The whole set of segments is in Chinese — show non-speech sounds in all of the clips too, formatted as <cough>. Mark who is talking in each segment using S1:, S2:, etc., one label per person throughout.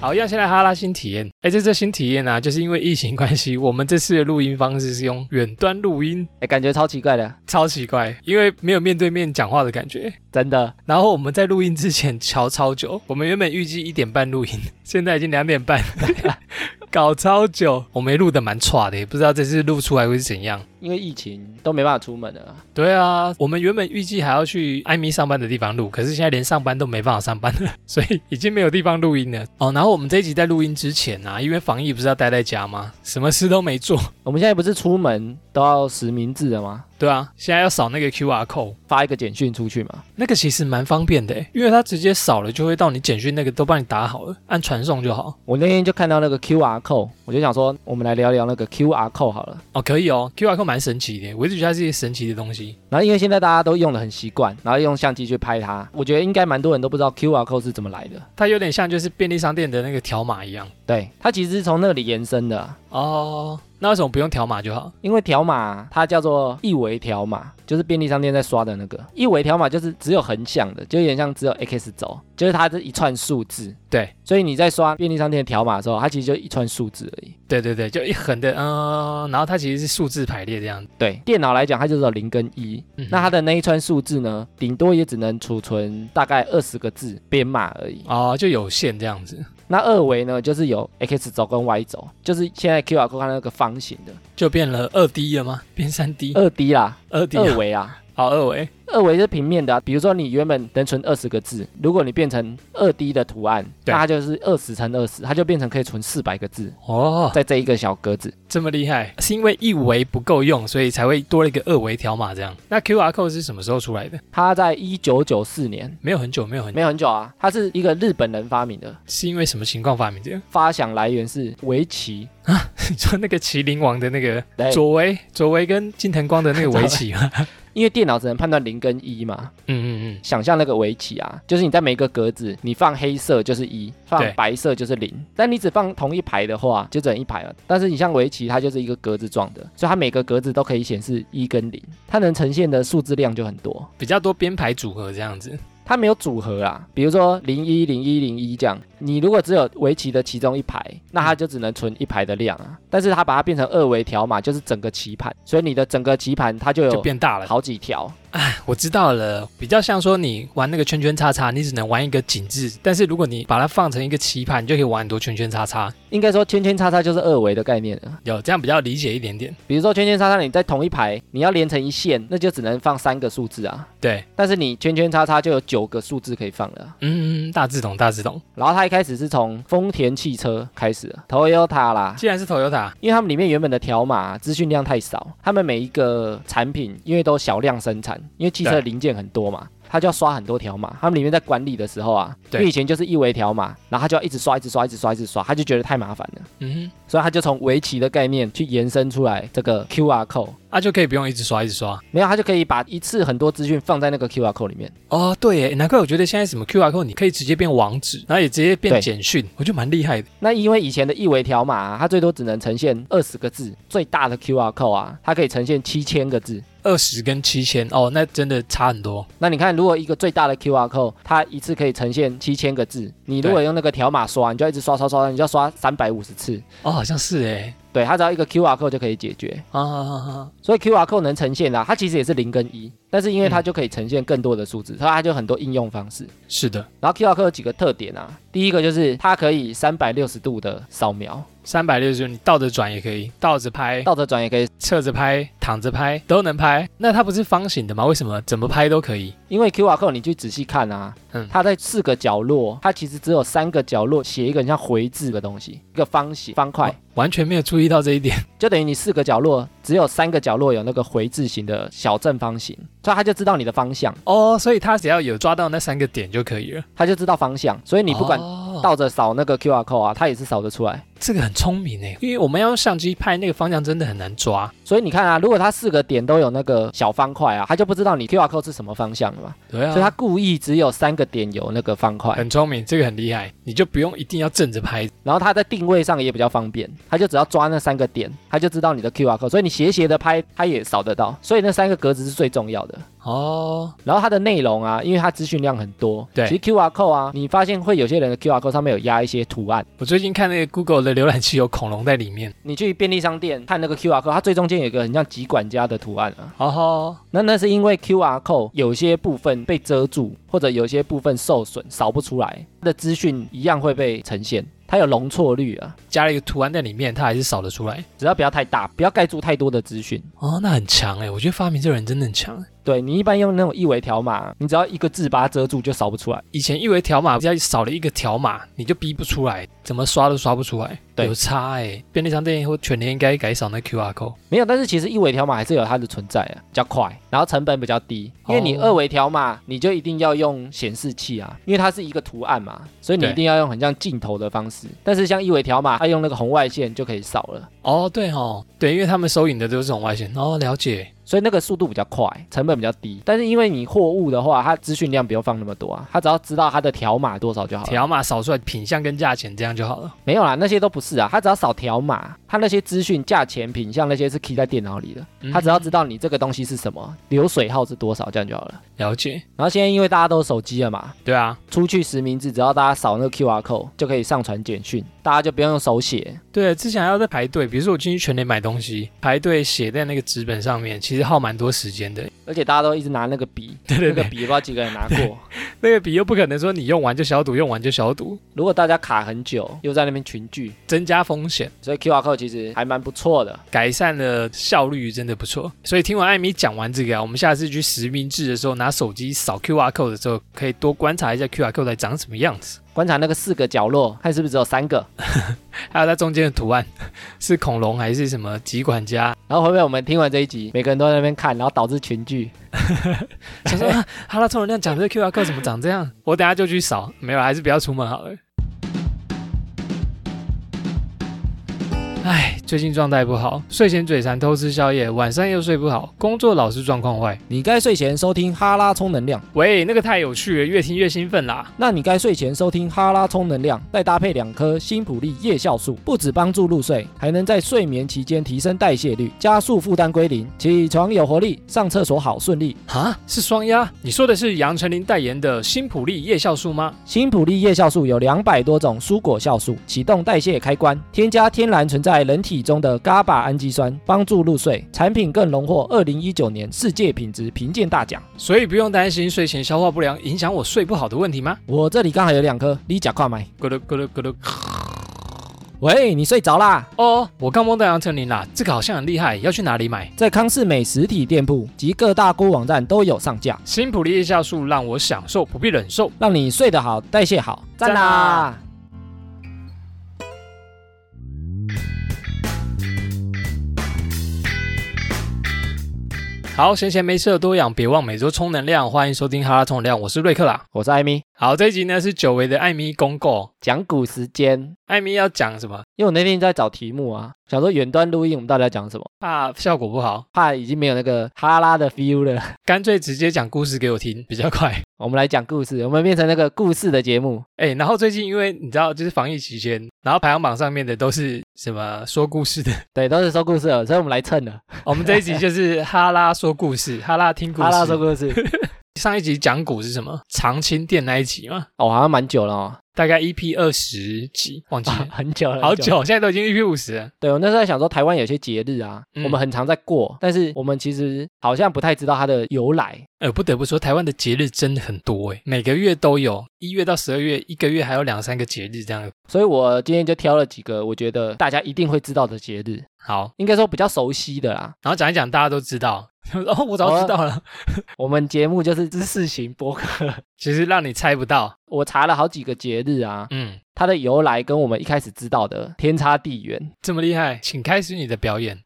S1: 好，要先来哈拉新体验。哎，这次新体验啊，就是因为疫情关系， <laughs> 我们这次的录音方式是用远端录音，
S2: 哎、感觉超奇怪的，
S1: 超奇怪，因为没有面对面讲话的感觉。
S2: 真的。
S1: 然后我们在录音之前瞧超久，我们原本预计一点半录音， <laughs> 现在已经两点半， <laughs> 搞超久。我们也录的蛮差的，也不知道这次录出来会是怎样。
S2: 因为疫情都没办法出门了啊，
S1: 对啊，我们原本预计还要去艾米上班的地方录，可是现在连上班都没办法上班了，所以已经没有地方录音了。哦，然后我们这一集在录音之前啊，因为防疫不是要待在家吗？什么事都没做，
S2: 我们现在不是出门都要实名制的吗？
S1: 对啊，现在要扫那个 QR code。
S2: 发一个简讯出去嘛，
S1: 那个其实蛮方便的，因为它直接扫了就会到你简讯那个都帮你打好了，按传送就好。
S2: 我那天就看到那个 QR code，我就想说，我们来聊聊那个 QR code 好了。
S1: 哦，可以哦，QR code 蛮神奇的，我一直觉得它是一个神奇的东西。
S2: 然后因为现在大家都用的很习惯，然后用相机去拍它，我觉得应该蛮多人都不知道 QR code 是怎么来的。
S1: 它有点像就是便利商店的那个条码一样。
S2: 对，它其实是从那里延伸的啊、
S1: 哦，那为什么不用条码就好？
S2: 因为条码它叫做一维条码，就是便利商店在刷的那个一维条码，就是只有横向的，就有点像只有 x 轴，就是它这一串数字。
S1: 对，
S2: 所以你在刷便利商店的条码的时候，它其实就一串数字而已。
S1: 对对对，就一横的，嗯、然后它其实是数字排列这样。
S2: 对，电脑来讲，它就是有零跟一、
S1: 嗯
S2: 那它的那一串数字呢，顶多也只能储存大概二十个字编码而已。
S1: 哦，就有限这样子，
S2: 那二维呢，就是有 x 轴跟 y 轴，就是现在 QR code 看那个方形的
S1: 就变了二 D 了吗？变三 D，
S2: 二 D 啦，
S1: 二 D 啊
S2: 二维啦。
S1: 好二维。
S2: 二维是平面的啊、比如说你原本能存二十个字，如果你变成二 D 的图案，
S1: 对
S2: 那它就是二十乘二十，它就变成可以存四百个字，
S1: 哦，
S2: 在这一个小格子。
S1: 这么厉害，是因为一维不够用，所以才会多了一个二维条码这样。那 QR code 是什么时候出来的？
S2: 它在一九九四年，
S1: 没有很久，没有很久，
S2: 没有很久啊，它是一个日本人发明的，
S1: 是因为什么情况发明这样？
S2: 发想来源是围棋。
S1: 你说那个麒麟王的那个
S2: 对
S1: 左维，左维跟金藤光的 <laughs> 那个围棋吗？
S2: 因为电脑只能判断零跟一嘛，
S1: 嗯嗯嗯，
S2: 想象那个围棋啊，就是你在每一个格子，你放黑色就是一，放
S1: 对
S2: 白色就是零，但你只放同一排的话，就只能一排了。但是你像围棋，它就是一个格子状的，所以它每个格子都可以显示一跟零，它能呈现的数字量就很多。
S1: 比较多编排组合这样子。
S2: 它没有组合啦，比如说零一零一零一这样，你如果只有围棋的其中一排，那它就只能存一排的量啊。但是它把它变成二维条码，就是整个棋盘，所以你的整个棋盘它就
S1: 就
S2: 有
S1: 变大了，
S2: 好几条。
S1: 我知道了，比较像说你玩那个圈圈叉叉，你只能玩一个景致，但是如果你把它放成一个棋盘，你就可以玩很多圈圈叉叉，
S2: 应该说圈圈叉叉就是二维的概念了。
S1: 有这样比较理解一点点。
S2: 比如说圈圈叉叉，你在同一排，你要连成一线，那就只能放三个数字啊。
S1: 对，
S2: 但是你圈圈叉叉就有九个数字可以放了啊。
S1: 嗯，大致懂，大致懂。
S2: 然后它一开始是从丰田汽车开始的，Toyota 啦，
S1: 既然是 Toyota，
S2: 因为他们里面原本的条码资讯量太少，他们每一个产品因为都小量生产，因为汽车
S1: 对
S2: 的零件很多嘛，他就要刷很多条码。他们里面在管理的时候啊，因
S1: 对
S2: 为以前就是一维条码，然后他就要一直刷，一直刷，一直刷，一直刷，他就觉得太麻烦了，
S1: 嗯
S2: 所以他就从围棋的概念去延伸出来这个 QR code。
S1: 哼，啊就可以不用一直刷一直刷。
S2: 没有，他就可以把一次很多资讯放在那个 QR code 里面。
S1: 哦，对耶，难怪我觉得现在什么 QR code 你可以直接变网址，然后也直接变
S2: 对
S1: 简讯，我觉得蛮厉害的。
S2: 那因为以前的一维条码、它最多只能呈现二十个字，最大的 QR code 啊，它可以呈现七千个字。
S1: 二十跟七千哦，那真的差很多。
S2: 那你看，如果一个最大的 QR code，它一次可以呈现七千个字，你如果用那个条码刷，你就要一直刷刷刷，你就要刷三百五十次。
S1: 哦，好像是哎，
S2: 对，它只要一个 QR code 就可以解决。
S1: 啊啊啊啊，
S2: 所以 QR code 能呈现的啊、它其实也是零跟一，但是因为它
S1: 嗯
S2: 就可以呈现更多的数字，所以它就有很多应用方式。
S1: 是的，
S2: 然后 QR code 有几个特点啊，第一个就是它可以三百六十度的扫描，
S1: 三百六十你倒着转也可以，倒着拍、
S2: 倒着转也可以
S1: 侧着拍、躺着拍都能拍。那它不是方形的吗？为什么怎么拍都可以？
S2: 因为 QR code 你去仔细看啊，
S1: 嗯
S2: 它在四个角落，它其实只有三个角落写一个很像回字的东西，一个方形方块，
S1: 我完全没有注意到这一点。
S2: 就等于你四个角落只有三个角落有那个回字形的小正方形，所以它就知道你的方向，
S1: <laughs> 哦，所以它只要有抓到那三个点就可以了。
S2: 它就知道方向，所以你不管
S1: 哦
S2: 倒着扫那个 QR code 啊，它也是扫得出来。
S1: 这个很聪明哎，因为我们要用相机拍那个方向真的很难抓。
S2: 所以你看啊，如果它四个点都有那个小方块啊，它就不知道你 QR code 是什么方向了嘛，
S1: 对啊，
S2: 所以它故意只有三个点有那个方块，
S1: 很聪明，这个很厉害，你就不用一定要正着拍。
S2: 然后它在定位上也比较方便，它就只要抓那三个点，它就知道你的 QR code，所以你斜斜的拍它也扫得到，所以那三个格子是最重要的。
S1: 哦，
S2: 然后它的内容啊，因为它资讯量很多，
S1: 对
S2: 其实 QR code 啊，你发现会有些人的 QR code 上面有压一些图案，
S1: 我最近看那个 Google 的浏览器有恐龙在里面。
S2: 你去便利商店看那个 QR code，它最中间有一个很像集管家的图案啊，
S1: 哦，
S2: 那那是因为 QR code 有些部分被遮住，或者有些部分受损，扫不出来，它的资讯一样会被呈现，它有容错率啊，
S1: 加了一个图案在里面，它还是扫得出来。
S2: 只要不要太大，不要盖住太多的资讯。
S1: 哦，那很强哎，我觉得发明这个人真的很强。
S2: 对你一般用那种一维条码，你只要一个字把它遮住就扫不出来。
S1: 以前一维条码，只要少了一个条码，你就逼不出来，怎么刷都刷不出来。
S2: 对
S1: 有差哎、便利商店或全年应该改扫那 QR code。
S2: 没有，但是其实一维条码还是有它的存在啊，比较快，然后成本比较低，因为你
S1: 哦
S2: 二维条码你就一定要用显示器啊，因为它是一个图案嘛，所以你
S1: 对
S2: 一定要用很像镜头的方式。但是像一维条码，它用那个红外线就可以扫了，
S1: 哦，对哦，对，因为他们收银的都是这种外线。哦，了解。
S2: 所以那个速度比较快，成本比较低。但是因为你货物的话，它资讯量不用放那么多啊，它只要知道它的条码多少就好了。
S1: 条码扫出来品相跟价钱，这样就好了。
S2: 没有啦，那些都不是啊，它只要扫条码，它那些资讯、价钱、品相那些是 key 在电脑里的，
S1: 嗯
S2: 它只要知道你这个东西是什么，流水号是多少，这样就好了。
S1: 了解。
S2: 然后现在因为大家都有手机了嘛，
S1: 对啊，
S2: 出去实名制，只要大家扫那个 QR code 就可以上传简讯，大家就不用用手写。
S1: 对，啊之前还要在排队，比如说我进去全联买东西，排队写在那个纸本上面，其实耗蛮多时间的。
S2: 而且大家都一直拿那个笔，
S1: 对对
S2: 那个
S1: 对，
S2: 笔不知道几个人
S1: <laughs>
S2: 拿过。
S1: 那个笔又不可能说你用完就消毒，用完就消毒，
S2: 如果大家卡很久，又在那边群聚，
S1: 增加风险。
S2: 所以 QR code 其实还蛮不错的。
S1: 改善了效率，真的不错。所以听完艾米讲完这个啊，我们下次去实名制的时候，拿手机扫 QR code 的时候，可以多观察一下 QR code 长什么样子，
S2: 观察那个四个角落，看是不是只有三个。
S1: 还有它中间的图案 <laughs> 是恐龙还是什么集管家。
S2: 然后会不会我们听完这一集，每个人都在那边看，然后导致群聚？
S1: 想说、啊、 <laughs> 哈拉充能量讲这个 QR code 怎么长这样，我等下就去扫。没有，还是不要出门好了。唉，最近状态不好，睡前嘴馋偷吃宵夜，晚上又睡不好，工作老是状况坏。
S2: 你该睡前收听哈拉充能量，
S1: 喂，那个太有趣了，越听越兴奋啦。
S2: 那你该睡前收听哈拉充能量，再搭配两颗新普利夜酵素，不止帮助入睡，还能在睡眠期间提升代谢率，加速负担归零，起床有活力，上厕所好顺利。
S1: 啊，是双鸭？你说的是杨丞琳代言的新普利夜酵素吗？
S2: 新普利叶酵素有两百多种蔬果酵素，启动代谢开关，添加天然存在人体中的 GABA 氨基酸，帮助入睡。产品更荣获二零一九年世界品质评鉴大奖。
S1: 所以不用担心睡前消化不良影响我睡不好的问题吗？
S2: 我这里刚好有两颗，你假快买。
S1: 咕噜咕噜咕噜。
S2: 喂，你睡着啦？
S1: 哦，我刚梦到杨丞琳啦，这个好像很厉害，要去哪里买？
S2: 在康士美实体店铺及各大购物网站都有上架，
S1: 新普利夜酵素让我享受，不必忍受。
S2: 让你睡得好，代谢好，赞
S1: 赞
S2: 啦
S1: 啦！好，闲闲没事的多养，别忘每周充能量。欢迎收听哈拉充能量，我是瑞克啦。
S2: 我是艾米，
S1: 好，这一集呢是久违的艾米公告。
S2: 讲古时间。
S1: 艾米要讲什么？
S2: 因为我那天在找题目啊，想说远端录音我们到底要讲什么，
S1: 怕效果不好，
S2: 怕已经没有那个哈拉的 feel 了。 <laughs>
S1: 干脆直接讲故事给我听，比较快。
S2: 我们来讲故事，我们变成那个故事的节目。
S1: 哎、然后最近因为你知道，就是防疫期间，然后排行榜上面的都是什么说故事的，
S2: 对，都是说故事的，所以我们来蹭了。
S1: 我们这一集就是哈拉说故事，哈拉听故事。
S2: 哈拉说 <laughs> 故事，
S1: 上一集讲股是什么？长青店那一集嘛，
S2: 哦，好像蛮久了 <laughs> 哦，
S1: 大概 EP 二十集，忘记
S2: <laughs>
S1: 了，
S2: 很久了，
S1: 好
S2: 很了。
S1: 久，现在都已经 EP 五十了。
S2: 对我那时候在想说，台湾有些节日啊，
S1: 嗯
S2: 我们很常在过，但是我们其实好像不太知道它的由来。
S1: 呃，不得不说，台湾的节日真的很多诶，每个月都有，一月到十二月，一个月还有两三个节日这样。
S2: 所以我今天就挑了几个我觉得大家一定会知道的节日，
S1: 好，
S2: 应该说比较熟悉的啦。
S1: 然后讲一讲，大家都知道。 <laughs> 哦，我早知道
S2: 啊
S1: 了，
S2: 我们节目就是知识型播客， <laughs>
S1: 其实让你猜不到。
S2: 我查了好几个节日啊，
S1: 嗯，
S2: 它的由来跟我们一开始知道的天差地远。
S1: 这么厉害，请开始你的表 <laughs> 演。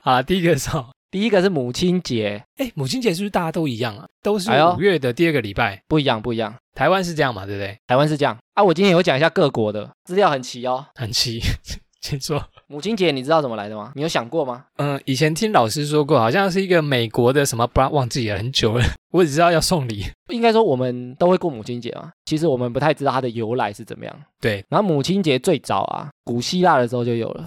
S1: 好啦，第一个是哦
S2: 第一个是母亲节，
S1: 哎，母亲节是不是大家都一样啊？都是
S2: 哎呦
S1: 五月的第二个礼拜，
S2: 不一样，不一样。
S1: 台湾是这样嘛，对不对？
S2: 台湾是这样啊，我今天也会讲一下各国的资料很齐哦。
S1: 很奇， <laughs> 请说。
S2: 母亲节你知道怎么来的吗？你有想过吗？
S1: 嗯，以前听老师说过，好像是一个美国的什么，不然忘记了很久了。 <laughs> 我只知道要送礼。
S2: 应该说我们都会过母亲节嘛，其实我们不太知道它的由来是怎么样。
S1: 对，
S2: 然后母亲节最早啊，古希腊的时候就有了。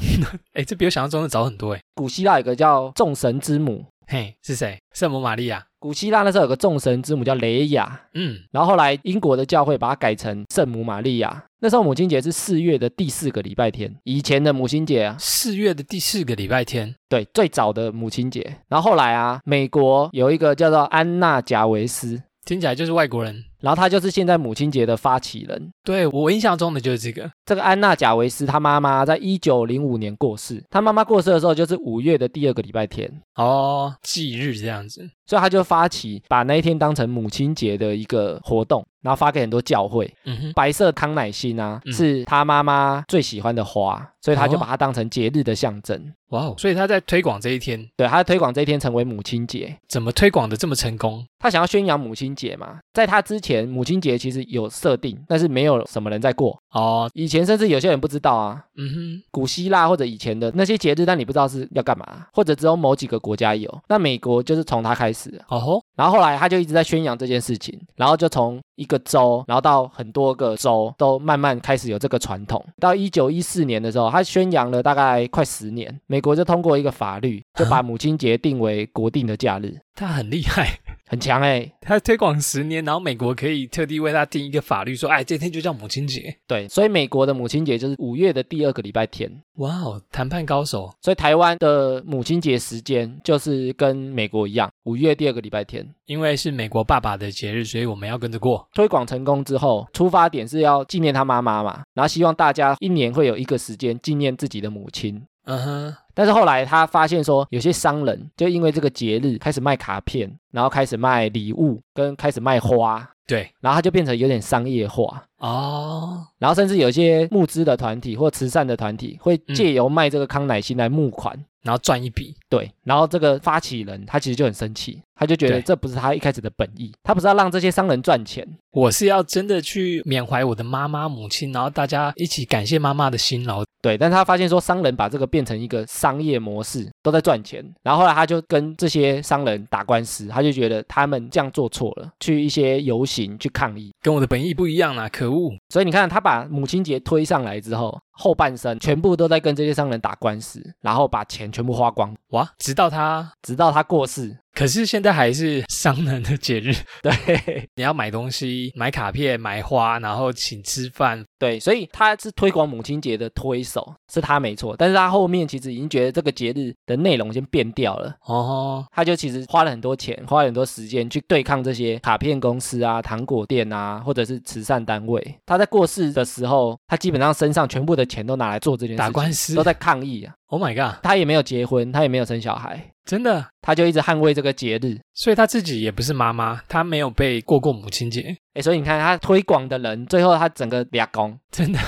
S1: 哎，这比我想象中的早很多哎。
S2: 古希腊有个叫众神之母，
S1: 嘿，是谁？圣母玛利亚。
S2: 古希腊那时候有个众神之母叫雷亚，
S1: 嗯，
S2: 然后后来英国的教会把它改成圣母玛利亚。那时候母亲节是四月的第四个礼拜天，以前的母亲节啊，
S1: 四月的第四个礼拜天。
S2: 对，最早的母亲节。然后后来啊，美国有一个叫做安娜贾维斯，
S1: 听起来就是外国人。
S2: 然后她就是现在母亲节的发起人。
S1: 对我印象中的就是这个。
S2: 这个安娜贾维斯她妈妈在一九零五年过世，她妈妈过世的时候就是五月的第二个礼拜天，
S1: 哦，忌日这样子。
S2: 所以她就发起把那一天当成母亲节的一个活动，然后发给很多教会。
S1: 嗯哼，
S2: 白色康乃馨啊，
S1: 嗯
S2: 是她妈妈最喜欢的花，所以她就
S1: 哦
S2: 把它当成节日的象征。
S1: 哇哦，所以他在推广这一天，
S2: 对，她推广这一天成为母亲节。
S1: 怎么推广的这么成功？
S2: 她想要宣扬母亲节嘛，在她之前，母亲节其实有设定，但是没有什么人在过。
S1: 哦，
S2: 以前甚至有些人不知道啊，
S1: 嗯
S2: 古希腊或者以前的那些节日，但你不知道是要干嘛，或者只有某几个国家有。那美国就是从它开始，
S1: 哼，哦吼，
S2: 然后后来他就一直在宣扬这件事情，然后就从一个州，然后到很多个州都慢慢开始有这个传统。到一九一四年的时候，他宣扬了大概快十年，美国就通过一个法律，就把母亲节定为国定的假日，
S1: 他很厉害， <laughs>
S2: 很强哎、
S1: 他推广十年，然后美国可以特地为他定一个法律，说，哎，这天就叫母亲节。
S2: 对，所以美国的母亲节就是五月的第二个礼拜天。
S1: 哇哦，谈判高手，
S2: 所以台湾的母亲节时间就是跟美国一样，五月第二个礼拜天。
S1: 因为是美国爸爸的节日，所以我们要跟着过。
S2: 推广成功之后，出发点是要纪念他妈妈嘛，然后希望大家一年会有一个时间纪念自己的母亲。
S1: 嗯哼，
S2: 但是后来他发现说，有些商人就因为这个节日开始卖卡片，然后开始卖礼物，跟开始卖花，
S1: 对，
S2: 然后他就变成有点商业化。
S1: 哦，
S2: 然后甚至有些募资的团体或慈善的团体会
S1: 嗯
S2: 借由卖这个康乃馨来募款，
S1: 然后赚一笔，
S2: 对，然后这个发起人他其实就很生气，他就觉得
S1: 对
S2: 这不是他一开始的本意，他不是要让这些商人赚钱，
S1: 我是要真的去缅怀我的妈妈、母亲，然后大家一起感谢妈妈的辛劳。
S2: 对，但是他发现说商人把这个变成一个商业模式，都在赚钱。然后后来他就跟这些商人打官司，他就觉得他们这样做错了，去一些游行去抗议。
S1: 跟我的本意不一样啦，可恶！
S2: 所以你看，他把母亲节推上来之后，后半生全部都在跟这些商人打官司，然后把钱全部花光，
S1: 哇，直到他，
S2: 直到他过世。
S1: 可是现在还是商人的节日，
S2: 对 <laughs>
S1: 你要买东西、买卡片、买花，然后请吃饭。
S2: 对，所以他是推广母亲节的推手，是他没错。但是他后面其实已经觉得这个节日的内容先变掉了。
S1: 哦，
S2: 他就其实花了很多钱，花了很多时间去对抗这些卡片公司啊、糖果店啊，或者是慈善单位。他在过世的时候，他基本上身上全部的钱都拿来做这件事情，
S1: 打官司
S2: 都在抗议啊。
S1: ，Oh my god，
S2: 他也没有结婚，他也没有生小孩，
S1: 真的，
S2: 他就一直捍卫这个节日。
S1: 所以他自己也不是妈妈，他没有被过过母亲节， <laughs>
S2: 哎，所以你看他推广的人，最后他整个俩公。
S1: 真的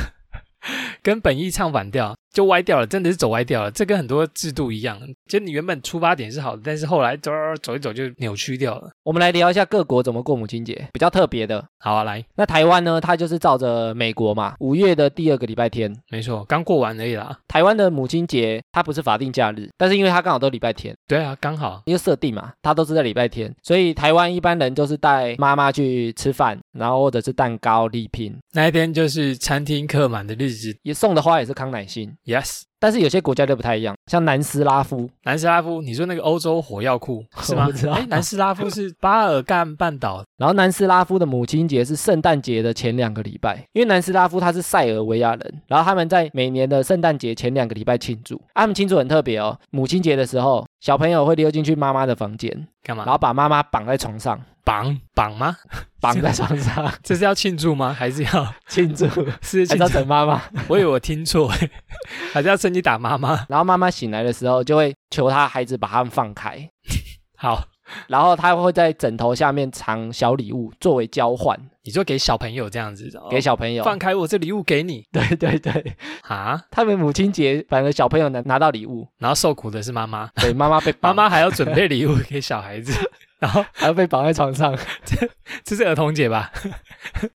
S1: 跟本意唱反调，就歪掉了，真的是走歪掉了。这跟很多制度一样，就你原本出发点是好的，但是后来走走一走就扭曲掉了。
S2: 我们来聊一下各国怎么过母亲节，比较特别的。
S1: 好啊，来，
S2: 那台湾呢？它就是照着美国嘛，五月的第二个礼拜天，
S1: 没错，刚过完而已啦。
S2: 台湾的母亲节它不是法定假日，但是因为它刚好都礼拜天，
S1: 对啊，刚好，
S2: 因为设定嘛，它都是在礼拜天，所以台湾一般人就是带妈妈去吃饭，然后或者是蛋糕礼品，
S1: 那一天就是餐厅客满的日子。
S2: 也送的花也是康乃馨。
S1: Yes，
S2: 但是有些国家就不太一样，像南斯拉夫，
S1: 南斯拉夫，你说那个欧洲火药库是吗
S2: <laughs> 我不知？道
S1: 哎，南斯拉夫是巴尔干半岛
S2: 然后南斯拉夫的母亲节是圣诞节的前两个礼拜，因为南斯拉夫他是塞尔维亚人，然后他们在每年的圣诞节前两个礼拜庆祝，啊他们庆祝很特别哦，母亲节的时候，小朋友会溜进去妈妈的房间，
S1: 干
S2: 然
S1: 嘛？
S2: 后把妈妈绑在床上，
S1: 绑绑 <laughs> 吗？
S2: 绑在床上 <laughs>
S1: 这是要庆祝吗？还是要
S2: 庆祝，
S1: 是庆
S2: 还是要
S1: 祝？
S2: 等妈妈。
S1: 我以为我听错， <laughs> 欸还是要趁机打妈妈？
S2: 然后妈妈醒来的时候就会求她孩子把他们放开，
S1: 好，
S2: 然后她会在枕头下面藏小礼物作为交换
S1: 你就给小朋友这样子，哦
S2: 给小朋友。
S1: 放开我这礼物给你
S2: <laughs> 对对对，
S1: 啊，
S2: 他们母亲节反而小朋友拿拿到礼物，
S1: 然后受苦的是妈妈，
S2: 对妈妈被
S1: <laughs> 妈
S2: 绑
S1: 妈还要准备礼物给小孩子， <laughs> 然后
S2: 还要被绑在床上。
S1: 这是儿童节吧？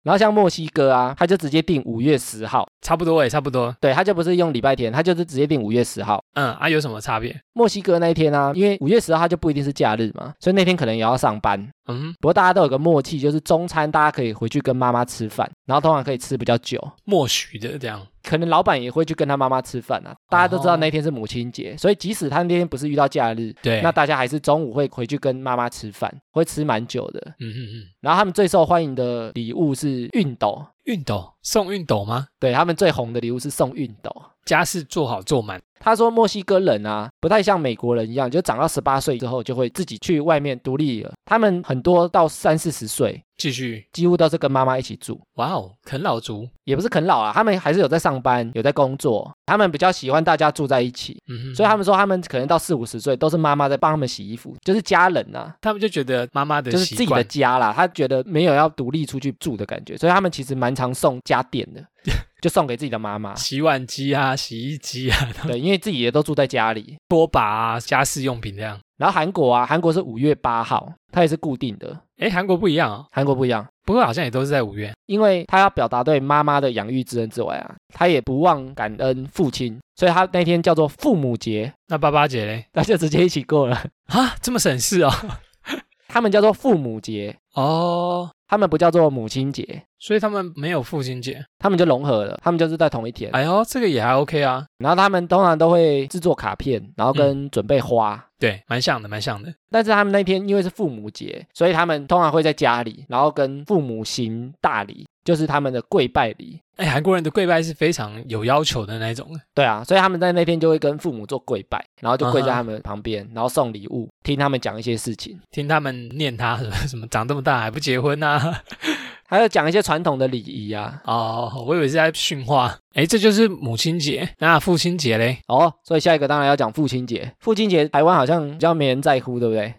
S2: 然后像墨西哥啊，他就直接定五月十号，
S1: 差不多哎，差不多。
S2: 对，他就不是用礼拜天，他就是直接定五月十号。
S1: 嗯啊，有什么差别？
S2: 墨西哥那一天啊，因为五月十号他就不一定是假日嘛，所以那天可能也要上班。
S1: 嗯，
S2: 不过大家都有个默契，就是中餐大家可以回去跟妈妈吃饭，然后通常可以吃比较久。
S1: 默许的这样。
S2: 可能老板也会去跟他妈妈吃饭啊，大家都知道那天是母亲节，所以即使他那天不是遇到假日，
S1: 对，
S2: 那大家还是中午会回去跟妈妈吃饭，会吃蛮久的。
S1: 嗯嗯嗯，
S2: 然后他们最受欢迎的礼物是熨斗，
S1: 熨斗送熨斗吗？
S2: 对他们最红的礼物是送熨斗。
S1: 家事做好做满。
S2: 他说墨西哥人啊，不太像美国人一样，就长到十八岁之后就会自己去外面独立了。他们很多到三四十岁，
S1: 继续，
S2: 几乎都是跟妈妈一起住。
S1: 哇哦，啃老族。
S2: 也不是啃老啊，他们还是有在上班，有在工作。他们比较喜欢大家住在一起，
S1: 嗯哼，
S2: 所以他们说，他们可能到四五十岁都是妈妈在帮他们洗衣服，就是家人呐、啊，
S1: 他们就觉得妈妈的
S2: 就是
S1: 习
S2: 自己的
S1: 惯
S2: 家啦。他觉得没有要独立出去住的感觉，所以他们其实蛮常送家电
S1: <laughs>
S2: 的，就送给自己的妈妈。
S1: 洗碗机啊、洗衣机啊、 <laughs>
S2: 对，因为自己也都住在家里。
S1: 拖把啊、家事用品这样。
S2: 然后韩国啊，韩国是五月八号，它也是固定的。
S1: 哎，韩国不一样哦，
S2: 韩国不一样，
S1: 不过好像也都是在五月。
S2: 因为他要表达对妈妈的养育之恩之外啊，他也不忘感恩父亲，所以他那天叫做父母节，
S1: 那八八节嘞？
S2: 那就直接一起过了。 <laughs>
S1: 啊，这么省事哦。 <laughs>
S2: 他们叫做父母节，
S1: 哦，
S2: 他们不叫做母亲节，
S1: 所以他们没有父亲节。
S2: 他们就融合了，他们就是在同一天。
S1: 哎呦，这个也还 OK 啊。
S2: 然后他们通常都会制作卡片，然后跟准备花。
S1: 对，蛮像的，蛮像的。
S2: 但是他们那天因为是父母节，所以他们通常会在家里，然后跟父母行大礼，就是他们的跪拜礼。
S1: 哎，韩国人的跪拜是非常有要求的那一种。
S2: 对啊，所以他们在那天就会跟父母做跪拜，然后就跪
S1: 嗯
S2: 在
S1: 哼
S2: 他们旁边，然后送礼物，听他们讲一些事情，
S1: 听他们念他什么 <laughs> 什么长这么大还不结婚啊？
S2: 还有讲一些传统的礼仪啊。
S1: 哦，我以为是在训话。哎，这就是母亲节，那父亲节嘞
S2: 哦，所以下一个当然要讲父亲节。父亲节台湾好像比较没人在乎，对不对？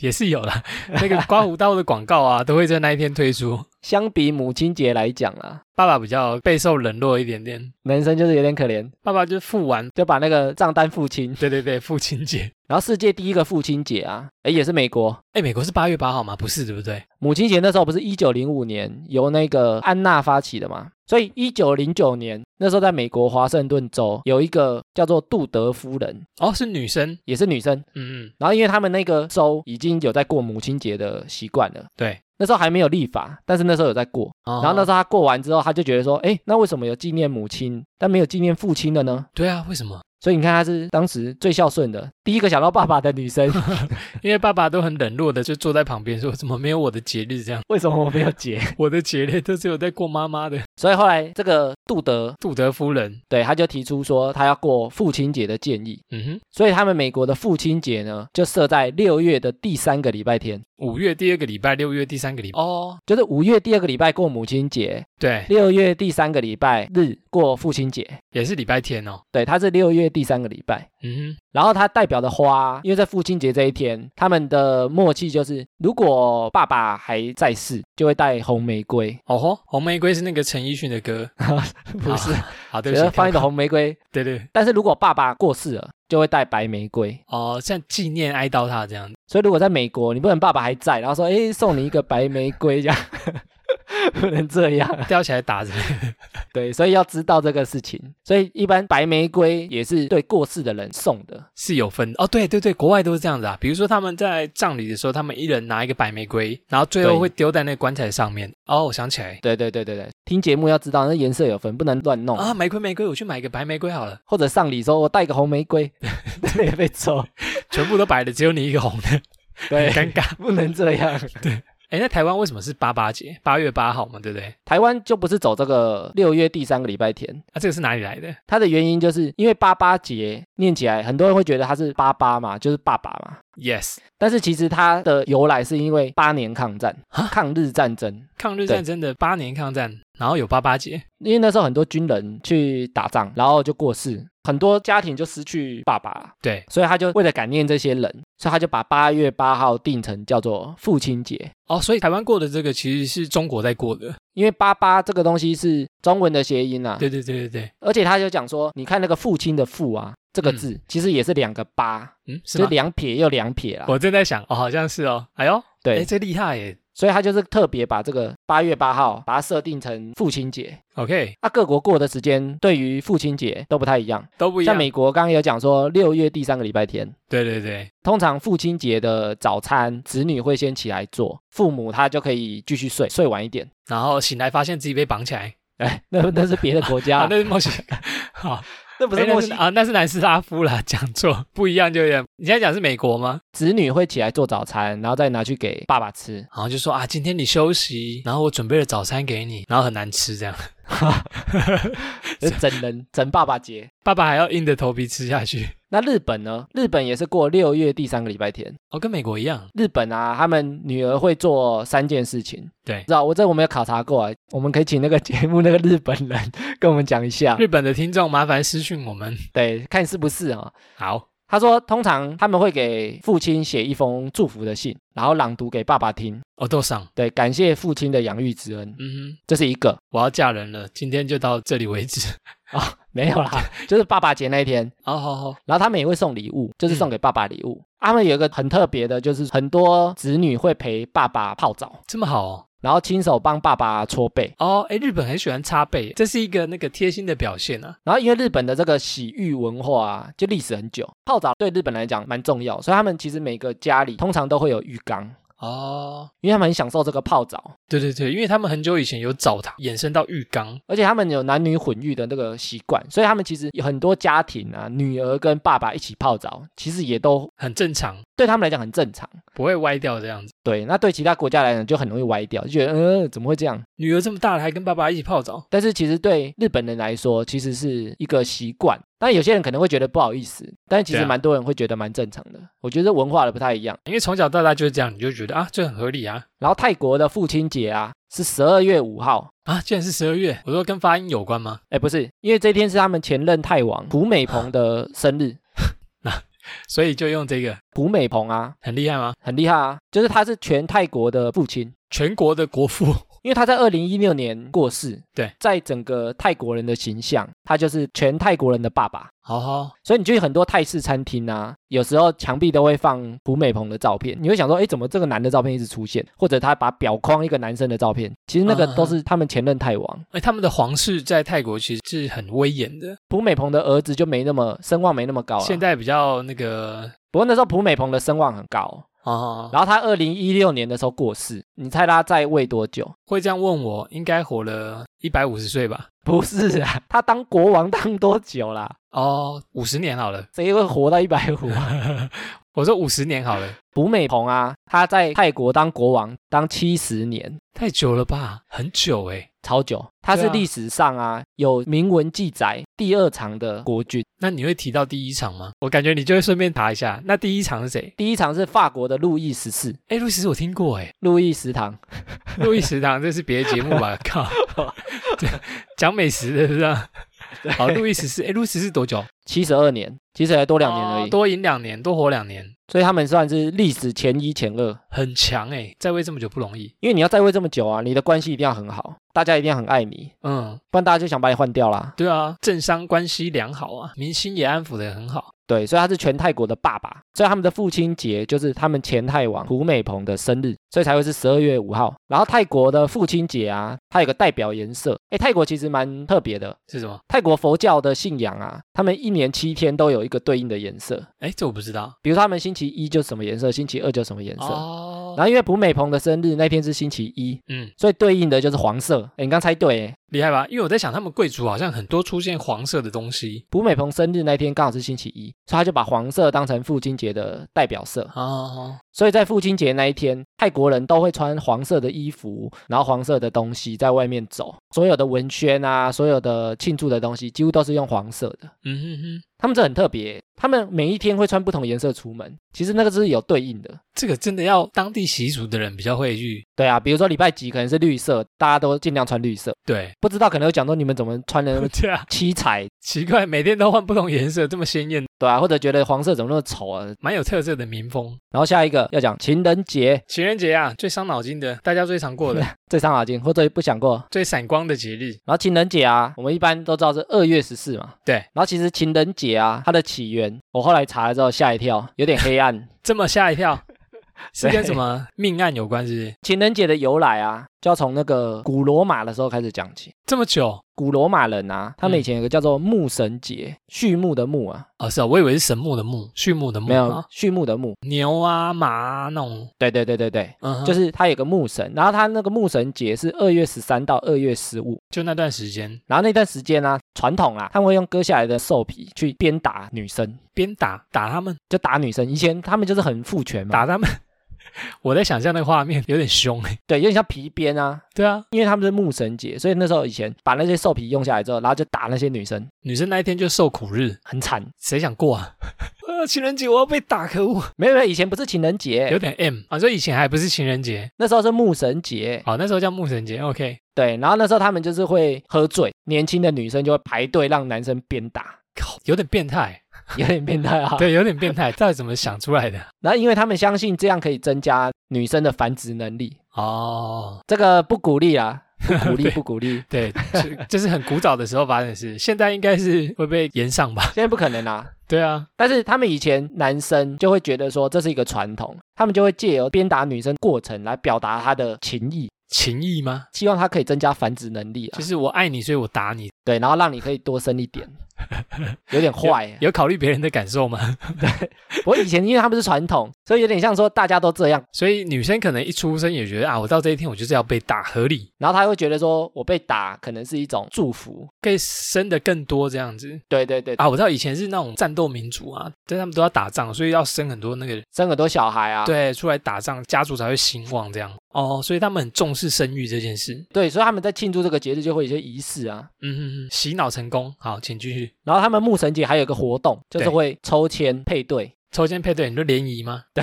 S1: 也是有啦。 <laughs> 那个刮胡刀的广告 <laughs> 啊，都会在那一天推出。
S2: 相比母亲节来讲啊，
S1: 爸爸比较备受冷落一点点，
S2: 男生就是有点可怜，
S1: 爸爸就付完，
S2: 就把那个账单付清。
S1: <laughs> 对对对，父亲节。
S2: 然后世界第一个父亲节啊，诶，也是美国。
S1: 哎，美国是八月八号吗？不是，对不对？
S2: 母亲节那时候不是一九零五年由那个安娜发起的嘛，所以一九零九年那时候在美国华盛顿州有一个叫做杜德夫人，
S1: 哦，是女生。
S2: 也是女生。
S1: 嗯嗯，
S2: 然后因为他们那个州已经有在过母亲节的习惯了。
S1: 对。
S2: 那时候还没有立法，但是那时候有在过。
S1: 哦
S2: 然后那时候他过完之后，他就觉得说，诶，那为什么有纪念母亲，但没有纪念父亲的呢？
S1: 对啊，为什么？
S2: 所以你看，她是当时最孝顺的，第一个想到爸爸的女生。 <laughs>
S1: 因为爸爸都很冷落的，就坐在旁边说：“怎么没有我的节日？这样， <laughs>
S2: 为什么我没有结？
S1: 我的节日都只有在过妈妈的。
S2: 所以后来这个杜德”
S1: 杜德夫人，
S2: 对，他就提出说他要过父亲节的建议，
S1: 嗯哼，
S2: 所以他们美国的父亲节呢，就设在六月的第三个礼拜天，
S1: 五月第二个礼拜，六月第三个礼拜。哦，
S2: 就是五月第二个礼拜过母亲节，
S1: 对，
S2: 六月第三个礼拜日过父亲节。
S1: 也是礼拜天哦。
S2: 对，它是六月第三个礼拜。
S1: 嗯
S2: 然后它代表的花，因为在父亲节这一天，他们的默契就是，如果爸爸还在世，就会带红玫瑰。 <laughs>
S1: 哼，哦吼，红玫瑰是那个陈奕迅的歌，
S2: 不 <laughs> 是，
S1: 好，啊对
S2: 觉
S1: 不
S2: 得
S1: 起，
S2: 放一朵
S1: 看
S2: 红玫瑰。
S1: 对对，
S2: 但是如果爸爸过世了，就会带白玫瑰。
S1: 哦，像纪念哀悼他这样，
S2: 所以如果在美国，你不能爸爸还在，然后说，哎，送你一个白玫瑰这样， <laughs> 不能这
S1: <laughs>
S2: 样。
S1: 吊起来打着。
S2: 对，所以要知道这个事情。所以一般白玫瑰也是对过世的人送的。
S1: 是有分的哦，对对对，国外都是这样子啊。比如说他们在葬礼的时候，他们一人拿一个白玫瑰，然后最后
S2: 对
S1: 会丢在那个棺材上面。哦，我想起来
S2: 对对对对对，听节目要知道那颜色有分，不能乱弄。
S1: 啊，玫瑰玫瑰，我去买一个白玫瑰好
S2: <laughs>
S1: 了，
S2: 或者上礼说我带一个红玫瑰，这也被抽。
S1: <laughs> 全部都白的，只有你一个红的， <laughs> 很
S2: 对，
S1: 尴尬。
S2: 不能这样。
S1: 哎，那台湾为什么是八八节？八月八号嘛，对不对？
S2: 台湾就不是走这个六月第三个礼拜天，
S1: 啊，这个是哪里来的？
S2: 它的原因就是因为八八节念起来，很多人会觉得它是八八嘛，就是爸爸嘛。
S1: Yes，
S2: 但是其实它的由来是因为八年抗战
S1: 啊、
S2: 抗日战争，
S1: 抗日战争的八年抗战，然后有八八节，
S2: 因为那时候很多军人去打仗，然后就过世，很多家庭就失去爸爸，
S1: 对，
S2: 所以他就为了感念这些人，所以他就把八月八号定成叫做父亲节。
S1: 哦，所以台湾过的这个其实是中国在过的，
S2: 因为八八这个东西是中文的谐音啊，
S1: 对对对对对，
S2: 而且他就讲说，你看那个父亲的父啊，这个字，其实也是两个八，
S1: 嗯，是
S2: 就
S1: 吗？
S2: 两撇又两撇啦。
S1: 我正在想，哦，好像是哦。哎呦，哎，
S2: 对，
S1: 这厉害耶。
S2: 所以他就是特别把这个八月八号把它设定成父亲节。
S1: OK，
S2: 啊，各国过的时间对于父亲节都不太一样，
S1: 都不一
S2: 像
S1: 样。
S2: 美国刚刚有讲说六月第三个礼拜天。
S1: 对对对，
S2: 通常父亲节的早餐，子女会先起来做，父母他就可以继续睡，睡晚一点。
S1: 然后醒来发现自己被绑起来
S2: 哎，那那是别的国 <laughs> 家，
S1: 啊，
S2: 那
S1: 那是墨西，好，
S2: 那不
S1: 哎
S2: 是
S1: 那
S2: 墨西
S1: 啊，那是南斯拉夫啦， <laughs> 讲错，不一样就有点。你现在讲是美国吗？
S2: 子女会起来做早餐，然后再拿去给爸爸 <laughs> 吃。
S1: 然后就说啊，今天你休息，然后我准备了早餐给你，然后很难吃这样， <laughs>
S2: 就是整人整爸爸节。
S1: 爸爸还要硬着头皮吃下去。
S2: 那日本呢？日本也是过六月第三个礼拜天。
S1: 哦，跟美国一样，
S2: 日本啊，他们女儿会做三件事情。
S1: 对
S2: 知道我这我没有考察过啊，我们可以请那个节目那个日本人 <laughs> 跟我们讲一下，
S1: 日本的听众麻烦私讯我们。
S2: 对，看是不是啊？
S1: 好，
S2: 他说，通常他们会给父亲写一封祝福的信，然后朗读给爸爸听，
S1: 我都上，
S2: 对，感谢父亲的养育之恩，
S1: 哦嗯哼，
S2: 这是一个
S1: 我要嫁人了，今天就到这里为止。 <laughs>
S2: 啊、没有啦，就是爸爸节那一天，
S1: 好好好，
S2: 然后他们也会送礼物，就是送给爸爸礼物。他们有一个很特别的，就是很多子女会陪爸爸泡澡，
S1: 这么好哦。
S2: 然后亲手帮爸爸搓背。
S1: 哦，哎，日本很喜欢擦背，这是一个那个贴心的表现啊。
S2: 然后因为日本的这个洗浴文化啊，就历史很久，泡澡对日本来讲蛮重要，所以他们其实每个家里通常都会有浴缸，
S1: 哦，
S2: 因为他们很享受这个泡澡，
S1: 对对对，因为他们很久以前有澡堂衍生到浴缸，
S2: 而且他们有男女混浴的那个习惯，所以他们其实有很多家庭啊，女儿跟爸爸一起泡澡，其实也都
S1: 很正常，
S2: 对他们来讲很正常。
S1: 不会歪掉这样子。
S2: 对，那对其他国家来讲就很容易歪掉，就觉得呃怎么会这样？
S1: 女儿这么大了还跟爸爸一起泡澡，
S2: 但是其实对日本人来说，其实是一个习惯。但有些人可能会觉得不好意思，但其
S1: 对
S2: 实
S1: 啊
S2: 蛮多人会觉得蛮正常的。我觉得文化的不太一样。
S1: 因为从小到大就是这样，你就觉得啊，这很合理啊。
S2: 然后泰国的父亲节啊是十二月五号，
S1: 啊，竟然是十二月，我说跟发音有关吗？
S2: 哎，不是，因为这天是他们前任泰王普美蓬的生日。
S1: 所以就用这个，
S2: 普美蓬啊，
S1: 很厉害吗？
S2: 很厉害啊，就是他是全泰国的父亲，
S1: 全国的国父，
S2: 因为他在二零一六年过世。
S1: 对，
S2: 在整个泰国人的形象，他就是全泰国人的爸爸。
S1: <laughs> 好好，
S2: 所以你去很多泰式餐厅啊，有时候墙壁都会放普美蓬的照片，你会想说，哎，怎么这个男的照片一直出现？或者他把表框一个男生的照片，其实那个
S1: 嗯嗯
S2: 都是他们前任泰王。
S1: 哎，他们的皇室在泰国其实是很威严的，
S2: 普美蓬的儿子就没那么声望没那么高了。
S1: 现，在比较那个
S2: 不过那时候普美蓬的声望很高，
S1: 哦，
S2: 然后他二零一六年的时候过世，你猜他在位多久？
S1: 会这样问我，应该活了一百五十岁吧？
S2: <laughs> 不是啊，他当国王当多久啦？
S1: 哦，五十年好
S2: <laughs>
S1: 了，
S2: 谁会活到一百
S1: <laughs>
S2: 五啊？
S1: 我说五十年好了，
S2: 普美蓬啊，他在泰国当国王当七十年，
S1: 太久了吧，很久哎。
S2: 超久。他是
S1: 对啊
S2: 历史上啊有明文记载第二长的国君，
S1: 那你会提到第一场吗？我感觉你就会顺便查一下，那第一场是谁？
S2: 第一场是法国的路易十四，
S1: 哎，路易斯我听过哎，
S2: 路易十堂。
S1: 路易食堂这是别的节目吧？
S2: <laughs>
S1: 靠，对讲美食的是不是？好，路易十四，哎，路易十四多久？
S2: 七十二年，其实才多 <laughs> 两年而
S1: 哦
S2: 已，
S1: 多赢两年，多活两年，
S2: 所以他们算是历史前一前二。
S1: 很强哎，在位这么久不容易。
S2: 因为你要在位这么久啊，你的关系一定要很好，大家一定要很爱你，
S1: 嗯，
S2: 不然大家就想把你换掉啦。
S1: 对啊，政商关系良好啊，民心也安抚的很好。
S2: 对，所以他是全泰国的爸爸，所以他们的父亲节就是他们前泰王胡美蓬的生日，所以才会是十二月五号。然后泰国的父亲节啊，它有个代表颜色，诶，泰国其实蛮特别的。
S1: 是什么？
S2: 泰国佛教的信仰啊，他们一年七天都有一个对应的颜色，
S1: 哎，这我不知道。
S2: 比如说他们星期一就什么颜色，星期二就什么颜色。
S1: 哦，
S2: 然后因为普美蓬的生日那天是星期一，
S1: 嗯，
S2: 所以对应的就是黄色。诶，你刚猜对诶，
S1: 厉害吧？因为我在想，他们贵族好像很多出现黄色的东西
S2: 普美蓬生日那天刚好是星期一，所以他就把黄色当成父亲节的代表色。
S1: 哦，
S2: 所以在父亲节那一天，泰国人都会穿黄色的衣服，然后黄色的东西在外面走。所有的文宣啊，所有的庆祝的东西，几乎都是用黄色的。
S1: 嗯哼哼，
S2: 他们这很特别，他们每一天会穿不同颜色出门，其实那个是有对应的。
S1: 这个真的要当地习俗的人比较会去。
S2: 对啊，比如说礼拜几可能是绿色，大家都尽量穿绿色。
S1: 对， <laughs>
S2: 不知道可能有讲说你们怎么穿的那么
S1: 对啊，
S2: 七彩，
S1: 奇怪，每天都换不同颜色，这么鲜艳，
S2: 对啊，或者觉得黄色怎么那么丑啊？
S1: 蛮有特色的民风。
S2: 然后下一个要讲情人节，
S1: 情人节啊，最伤脑筋的，大家最常过 <laughs> 的、
S2: 最伤脑筋，或者不想过。
S1: 最闪光的节日，
S2: 然后情人节啊，我们一般都知道是二月十四嘛。
S1: 对
S2: 然后其实情人节啊，它的起源，我后来查了之后吓一跳，有点黑暗。 <laughs>
S1: 这么吓一 <laughs> 跳，是跟
S2: 对
S1: 什么命案有关？是不是？
S2: 情人节的由来啊，就要从那个古罗马的时候开始讲起。
S1: 这么久？
S2: 古罗马人啊，他们
S1: 嗯
S2: 以前有个叫做牧神节，畜牧的牧啊，
S1: 哦，是哦，我以为是神木的木，畜牧的木，
S2: 没有
S1: 啊
S2: 畜牧的牧，
S1: 牛啊马啊那种，
S2: 对对对对对，
S1: 嗯哼，就
S2: 就
S1: 是
S2: 是他有个牧神，然后他那个牧神节是二月十三到二月十五，
S1: 就那段时间
S2: 然后那段时间呢、传统啊，他们会用割下来的兽皮去鞭打女生，
S1: 边打打他们，
S2: 就打女生。以前他们就是很父权嘛，
S1: 打他们。 <laughs> 我在想象那个画面有点凶哎，
S2: 对，有点像皮鞭啊，
S1: <laughs> 对啊，
S2: 因为他们是牧神节，所以那时候以前把那些兽皮用下来之后，然后就打那些女生，
S1: 女生那一天就受苦日，
S2: 很惨。
S1: 谁想过啊？ <laughs> 呃，情人节我要被打，可恶，
S2: 没有没有，以前不是情人
S1: 有
S2: 节，
S1: 点 M 啊，所以以前还不是情人节，
S2: 那时候是牧神节，
S1: 好，那时候叫牧神节，OK，
S2: 对。然后那时候他们就是会喝醉，年轻的女生就会排队让男生鞭打，
S1: 靠，有点变态，
S2: 有点变态啊。
S1: <laughs> 对，有点变态，到底怎么想出来的？
S2: 然后因为他们相信这样可以增加女生的繁殖能力，
S1: 哦，
S2: 这个不鼓励啊，不鼓
S1: <laughs>
S2: 励，
S1: 对
S2: 不鼓励。
S1: 对，是就是很古早的时候发生的事，现在应该是会被延上吧？ <laughs>
S2: 现在不可能啊，
S1: 对啊，
S2: 但是他们以前男生就会觉得说这是一个传统，他们就会借由鞭打女生过程来表达他的情意，
S1: 情谊吗？
S2: 希望他可以增加繁殖能力啊
S1: 就，是我爱你，所以我打你，
S2: 对，然后让你可以多生
S1: <laughs>
S2: 一点，有点坏欸。
S1: 有考虑别人的感受吗？ <laughs>
S2: 不过以前因为他们是传统，所以有点像说大家都这样，
S1: 所以女生可能一出生也觉得啊，我到这一天我就是要被打，合理，
S2: 然后他会觉得说我被打可能是一种祝福，
S1: 可以生的更多这样子。
S2: 对对对，
S1: 啊，我知道以前是那种战斗民族啊，但他们都要打仗，所以要生很多那个
S2: 生很多小孩啊，
S1: 对，出来打仗，家族才会兴旺这样。哦，所以他们很重视生育这件事。
S2: 对，所以他们在庆祝这个节日就会有一些仪式啊。
S1: 嗯，嗯嗯，洗脑成功。好，请继续。
S2: 然后他们牧神节还有一个活动，就是
S1: 对
S2: 会抽签配对，
S1: 抽签配对，你说联谊吗？ <laughs>
S2: 对，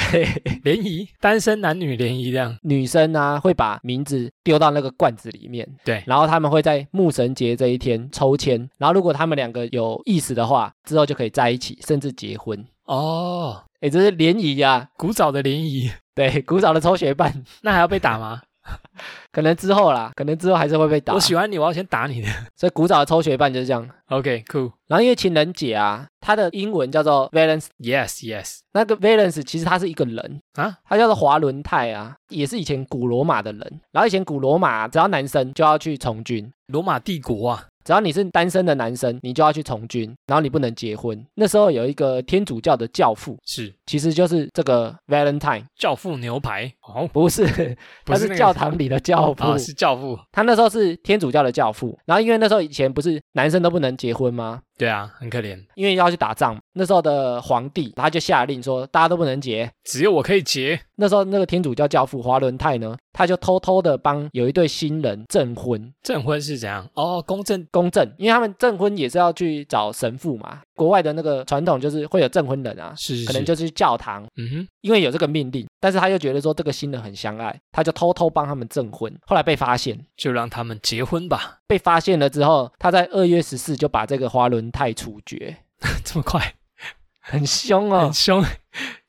S1: 联谊，单身男女联谊这样。
S2: 女生啊会把名字丢到那个罐子里面，
S1: 对
S2: 然后他们会在牧神节这一天抽签，然后如果他们两个有意思的话，之后就可以在一起，甚至结婚。
S1: 哦，
S2: 哎，这是联谊啊，
S1: 古早的联谊，
S2: 对，古早的抽学伴，
S1: 那还要被打吗？
S2: 可能之后啦，可能之后还是会被 <laughs> 打。
S1: 我喜欢你，我要先打你的。
S2: 所以古早的抽学伴就是这样。
S1: OK，cool、
S2: 然后因为情人节啊，它的英文叫做 Valence，
S1: Yes, yes。
S2: 那个 Valence 其实他是一个人
S1: 啊，
S2: 他叫做华伦泰啊，也是以前古罗马的人。然后以前古罗马只要男生就要去从军，
S1: 罗马帝国啊，
S2: 只要你是单身的男生，你就要去从军，然后你不能结婚。那时候有一个天主教的教父，
S1: 是
S2: 其实就是这个 Valentine，
S1: 教父牛排哦，
S2: 不是，
S1: 不
S2: 他
S1: 是
S2: 是
S1: 那个
S2: 教堂里的教父。
S1: 啊，是教父。
S2: 他那时候是天主教的教父，然后因为那时候以前不是男生都不能结婚吗？
S1: 对啊，很可怜，
S2: 因为要去打仗，那时候的皇帝他就下令说大家都不能结。
S1: 只有我可以结。
S2: 那时候那个天主教教父华伦泰呢，他就偷偷的帮有一对新人证婚，
S1: 证婚是怎样？哦，公证
S2: 公证，因为他们证婚也是要去找神父嘛。国外的那个传统就是会有证婚人啊，
S1: 是是
S2: 可能
S1: 是
S2: 就是教堂，
S1: 嗯哼，
S2: 因为有这个命令，但是他又觉得说这个新人很相爱，他就偷偷帮他们证婚。后来被发现，
S1: 就让他们结婚吧， <laughs>
S2: 被发现了之后，他在二月十四就把这个花轮泰处决，
S1: 这么快，
S2: <laughs> 很凶哦
S1: 很，凶，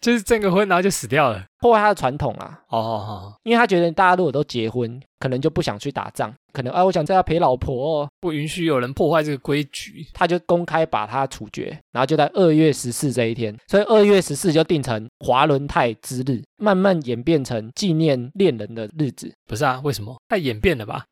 S1: 就是证个婚然后就死掉了。
S2: 破坏他的传统啊。
S1: 哦哦，哦
S2: 因为他觉得大家如果都结婚，可能就不想去打仗，可能哎，我想在家陪老婆、哦，
S1: 不允许有人破坏这个规矩。
S2: 他就公开把他处决，然后就在二月十四这一天，所以二月十四就定成华伦泰之日，慢慢演变成纪念恋人的日子。
S1: 不是啊，为什么？太演变了吧？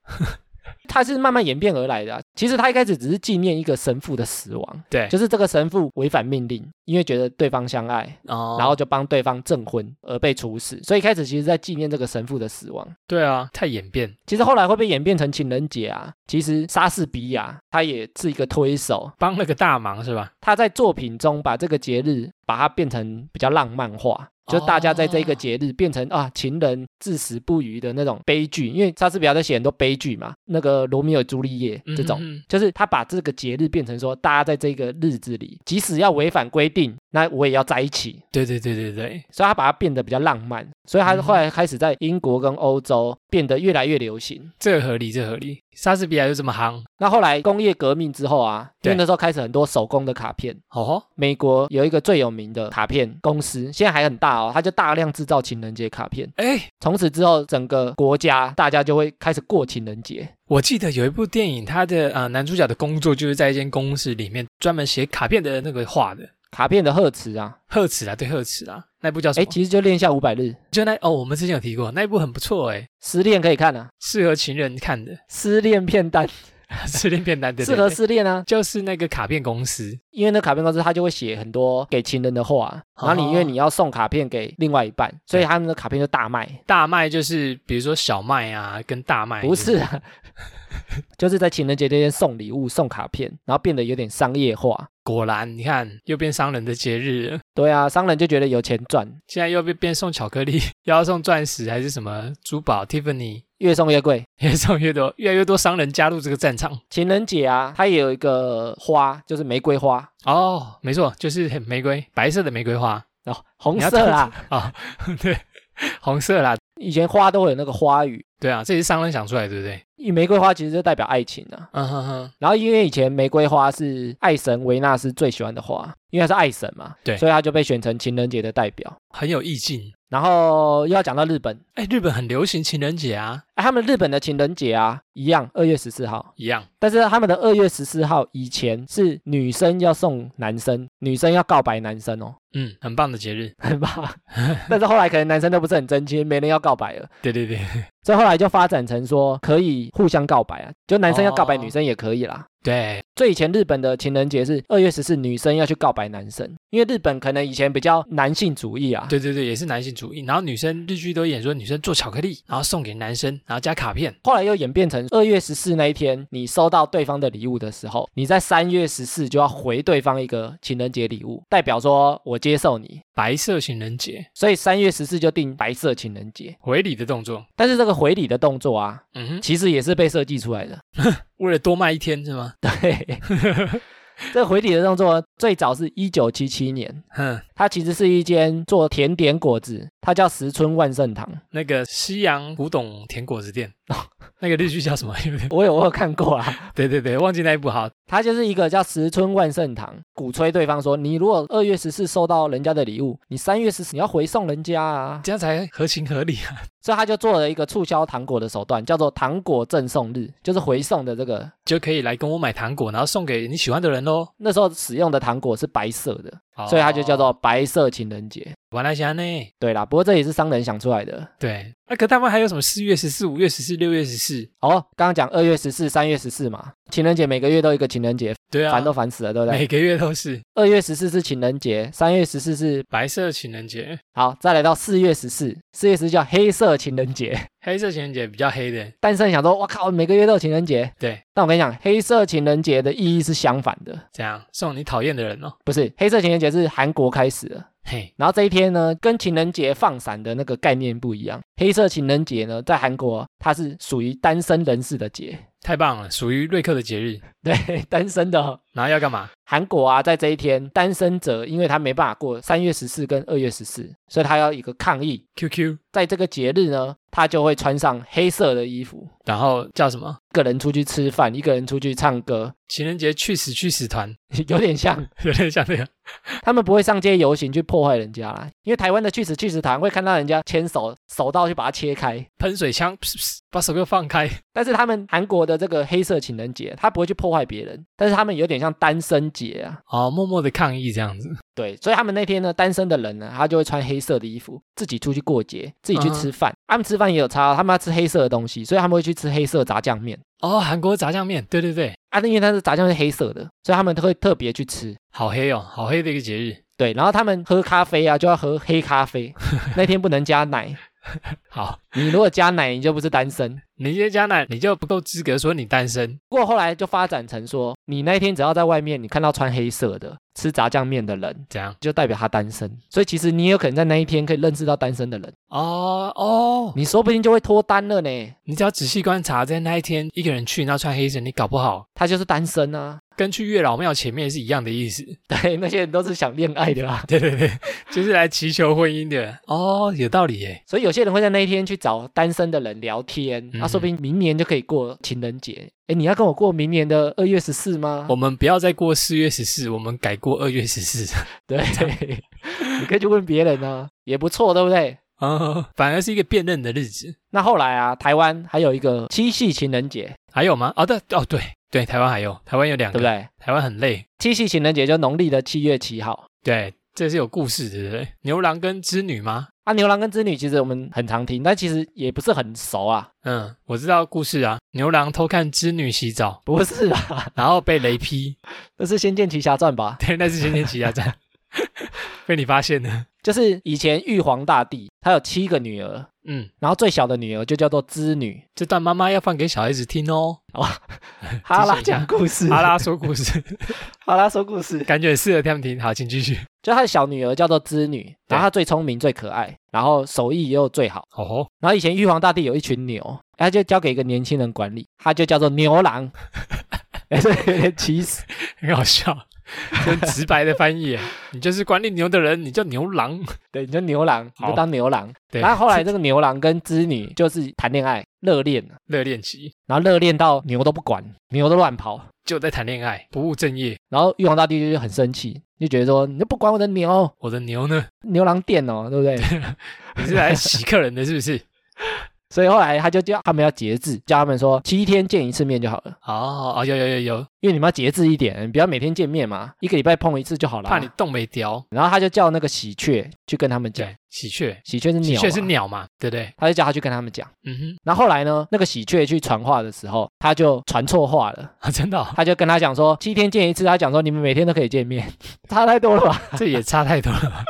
S2: 它是慢慢演变而来的啊、其实他一开始只是纪念一个神父的死亡，
S1: 对
S2: 就是这个神父违反命令，因为觉得对方相爱，
S1: 哦，
S2: 然后就帮对方证婚而被处死，所以一开始其实在纪念这个神父的死亡。
S1: 对啊，太演变。
S2: 其实后来会被演变成情人节啊，其实莎士比亚他也是一个推手，
S1: 帮了个大忙是吧？
S2: 他在作品中把这个节日把它变成比较浪漫化，就大家在这个节日变
S1: 哦
S2: 成、啊情人至死不渝的那种悲剧，因为莎士比亚在写很多悲剧嘛，那个罗密欧与朱丽叶这种。
S1: 嗯嗯嗯
S2: 就是他把这个节日变成说，大家在这个日子里，即使要违反规定，那我也要在一起，
S1: 对对对对对，嗯
S2: 所以他把它变得比较浪漫。所以他后来开始在英国跟欧洲变得越来越流行。
S1: 这个合理，这个合理。莎士比亚又这么夯，
S2: 那后来工业革命之后啊，因为
S1: 对
S2: 那时候开始很多手工的卡片，
S1: 哦吼，
S2: 美国有一个最有名的卡片公司，现在还很大哦，它就大量制造情人节卡片。
S1: 哎，
S2: 从此之后，整个国家大家就会开始过情人节。
S1: 我记得有一部电影，它的啊、呃男主角的工作就是在一间公司里面专门写卡片的那个画的
S2: 卡片的贺词啊，
S1: 贺词啊，对贺词啊，那部叫什
S2: 哎，
S1: 么？
S2: 其实就练一下五百日，
S1: 就那哦，我们之前有提过，那一部很不错哎，
S2: 失恋可以看啊，
S1: 适合情人看的， <laughs>
S2: 失恋片单，
S1: 失恋片
S2: <laughs>
S1: 单对对
S2: 适合
S1: 对
S2: 失恋啊，
S1: 就是那个卡片公司
S2: 因为那卡片公司他就会写很多给情人的话，然后你因为你要送卡片给另外一半，所以他们的卡片就大卖。
S1: 大麦，就是比如说小麦啊跟大麦，
S2: 不是啊， <laughs> 就是在情人节那天送礼物、送卡片，然后变得有点商业化。
S1: 果然，你看又变商人的节日了，
S2: 对啊，商人就觉得有钱赚，
S1: 现在又变变送巧克力， <laughs> 又要送钻石还是什么珠宝，Tiffany
S2: 越送越贵。
S1: 越送越多，越来越多商人加入这个战场。
S2: 情人节啊，它也有一个花，就是玫瑰花
S1: 哦，没错，就是很玫瑰，白色的玫瑰 <laughs> 花
S2: 哦，红色啦。
S1: 啊、对，红色啦，
S2: 以前花都会有那个花语，
S1: 对啊，这也是商人想出来的，对不对？
S2: 因为玫瑰花其实就代表爱情啊。
S1: 嗯哼哼，
S2: 然后因为以前玫瑰花是爱神维纳斯最喜欢的花，因为它是爱神嘛，
S1: 对
S2: 所以它就被选成情人节的代表。
S1: 很有意境。
S2: 然后又要讲到日本，
S1: 哎，日本很流行情人节啊，
S2: 啊、他们日本的情人节啊，一样二月十四号，
S1: 一样
S2: 但是他们的二月十四号以前是女生要送男生，女生要告白男生哦， <laughs>
S1: 嗯，很棒的节日。<laughs>
S2: 很棒。但是后来可能男生都不是很真心，没人要告白了，
S1: 对对对，
S2: 所以后来就发展成说可以互相告白啊，就男生要告白
S1: 哦
S2: 女生也可以啦。
S1: 对，
S2: 最以前日本的情人节是二月十四，女生要去告白男生，因为日本可能以前比较男性主义啊，
S1: 对对对，也是男性主义。然后女生日剧都演说女生做巧克力，然后送给男生，然后加卡片。
S2: 后来又演变成二月十四那一天，你收到对方的礼物的时候，你在三月十四就要回对方一个情人节礼物，代表说我接受你，
S1: 白色情人节，
S2: 所以三月十四就定白色情人节。
S1: 回礼的动作。
S2: 但是这个回礼的动作啊，
S1: 嗯哼，
S2: 其实也是被设计出来的。 <laughs>
S1: 为了多卖一天是吗？
S2: 对，这个回礼的动作最早是一九七七年，
S1: 哼，
S2: 它其实是一间做甜点果子，它叫石村万盛堂。
S1: 那个西洋古董甜果子 <laughs> 店，那个日剧叫什么？有点
S2: <laughs> 我有我有看过啊，
S1: 对对对，忘记那一部好。
S2: 他就是一个叫石村万盛堂，鼓吹对方说，你如果二月十四收到人家的礼物，你三月十四你要回送人家啊，
S1: 这样才合情合理啊！
S2: 所以他就做了一个促销糖果的手段，叫做糖果赠送日，就是回送的这个。
S1: <laughs> 就可以来跟我买糖果，然后送给你喜欢的人喽。
S2: 那时候使用的糖果是白色的， <laughs>
S1: 哦
S2: 所以它就叫做白色情人节。
S1: 完了侠呢。
S2: 对啦，不过这也是商人想出来的。
S1: 对，那、可他们还有什么四月十四、五月十四、六月十四？
S2: 哦，刚刚讲二月十四、三月十四嘛，情人节每个月都有一个情人节，
S1: 对啊，
S2: 烦都烦死了，对不对？
S1: 每个月都是
S2: 二月十四是情人节，三月十四是
S1: 白色情人节，
S2: 好，再来到四月十四，四月十四叫黑色情人节。 <laughs>
S1: 黑色情人节比较黑的。
S2: 单身想说，我靠，每个月都有情人节。
S1: 对，
S2: 但我跟你讲，黑色情人节的意义是相反的，
S1: 这样送你讨厌的人哦。
S2: 不是黑色情人节是韩国开始的，
S1: 嘿，
S2: 然后这一天呢，跟情人节放闪的那个概念不一样。黑色情人节呢，在韩国啊它是属于单身人士的节， <laughs>
S1: 太棒了，属于瑞克的节日。
S2: 对，单身的哦。
S1: 然后要干嘛？
S2: 韩国啊，在这一天，单身者因为他没办法过三月十四跟二月十四，所以他要一个抗议。
S1: QQ，
S2: 在这个节日呢，他就会穿上黑色的衣服，
S1: 然后叫什么？
S2: 一个人出去吃饭，一个人出去唱歌， <laughs>
S1: 情人节去死去死团， <laughs>
S2: 有点像
S1: 有点像这个。
S2: 他们不会上街游行去破坏人家啦，因为台湾的去死去死团会看到人家牵手手刀去把它切开，
S1: 喷水枪，噗噗把手给我放开。
S2: 但是他们韩国的这个黑色情人节，他不会去破坏别人，但是他们有点像单身节啊，
S1: 哦，默默的抗议这样子。
S2: 对，所以他们那天呢，单身的人呢，他就会穿黑色的衣服，自己出去过节，自己去吃饭，他们吃饭也有差哦，他们要吃黑色的东西，所以他们会去吃黑色炸酱面
S1: 哦，韩国炸酱面，对对对，
S2: 啊，因为它是炸酱面是黑色的，所以他们都会特别去吃。
S1: 好黑哦，好黑的一个节日。
S2: 对，然后他们喝咖啡啊，就要喝黑咖啡，那天不能加奶，
S1: 好，
S2: 你如果加奶，你就不是单身。
S1: 你这加奶，你就不够资格说你单身。
S2: 不过后来就发展成说，你那一天只要在外面，你看到穿黑色的、吃炸酱面的人，
S1: 怎样？
S2: 就代表他单身。所以其实你也有可能在那一天可以认识到单身的人，
S1: 哦哦，
S2: 你说不定就会脱单了呢。
S1: 你只要仔细观察，在那一天一个人去，然后穿黑色，你搞不好
S2: 他就是单身啊， <laughs>
S1: 跟去月老庙前面是一样的意思。 <laughs>
S2: 对，那些人都是想恋爱的啊啦，
S1: 对对对，就是来祈求婚姻的。哦，有道理耶。
S2: 所以有些人会在那一天去找单身的人聊天，那、
S1: 嗯
S2: 说不定明年就可以过情人节。哎，你要跟我过明年的二月十四吗？
S1: 我们不要再过四月十四，我们改过二月十四。 <laughs>
S2: 对，你可以去问别人啊，也不错，对不对？
S1: 哦，反而是一个辨认的日子。
S2: 那后来啊，台湾还有一个七夕情人节，
S1: 还有吗？哦，对，哦对对，台湾还有，台湾有两
S2: 对
S1: 个，
S2: 不对？
S1: 台湾很累。
S2: 七夕情人节就农历的七月七号。
S1: 对，这是有故事的，对不对？牛郎跟织女吗？
S2: 啊，牛郎跟织女其实我们很常听，但其实也不是很熟啊，
S1: 嗯，我知道故事啊。牛郎偷看织女洗澡，
S2: 不是
S1: <laughs>
S2: 啊，
S1: 然后被雷劈。 <laughs>
S2: 这是《仙剑奇侠传》吧？
S1: 对，那是仙剑奇侠
S2: <laughs>
S1: 传，被你发现了。
S2: 就是以前玉皇大帝他有七个女儿，
S1: 嗯，
S2: 然后最小的女儿就叫做
S1: <laughs>
S2: 织女。
S1: 这段妈妈要放给小孩子听哦。
S2: 哈拉
S1: 提醒一下
S2: 讲故事，
S1: 阿拉说故事， <laughs>
S2: 哈拉说故事，
S1: 感觉很适合他们听。好，请继续。
S2: 就他的小女儿叫做织女，然后她最聪明、最可爱，然后手艺也有最好。
S1: 哦吼，
S2: 然后以前玉皇大帝有一群牛，他就交给一个年轻人管理，他就叫做牛郎。 <laughs> 哎，这有点歧视。
S1: 很好笑，很直白的翻译
S2: <laughs>
S1: 耶。你就是管理牛的人，你叫牛郎。
S2: 对，你就牛郎，你
S1: 好
S2: 就当牛郎。
S1: 对
S2: 然后后来这个牛郎跟织女就是谈恋爱，热恋，
S1: 热恋期
S2: 然后热恋到牛都不管，牛都乱跑。
S1: 就在谈恋爱，不务正业。
S2: 然后玉皇大帝就很生气，就觉得说你都不管我的牛，
S1: 我的牛呢？
S2: 牛郎店哦，对不对？
S1: <laughs> 你是来洗客人的，是不是？
S2: 所以后来他就叫他们要节制，叫他们说七天见一次面就好了，
S1: 哦哦，有有有有，
S2: 因为你们要节制一点，你不要每天见面嘛，一个礼拜碰一次就好了。啊
S1: 怕你冻没雕。
S2: 然后他就叫那个喜鹊去跟他们讲，
S1: 对，喜鹊，
S2: 喜鹊是
S1: 喜
S2: 鸟，啊
S1: 鹊是，鸟嘛，对不对？
S2: 他就叫他去跟他们讲。
S1: 嗯哼。
S2: 然后后来呢，那个喜鹊去传话的时候，他就传错话了，
S1: <laughs> 啊，真的、 <laughs> 哦，
S2: 他就跟他讲说七天见一次，他讲说你们每天都可以见面， <laughs> 差太多了吧？ <laughs>
S1: 这也差太多了吧？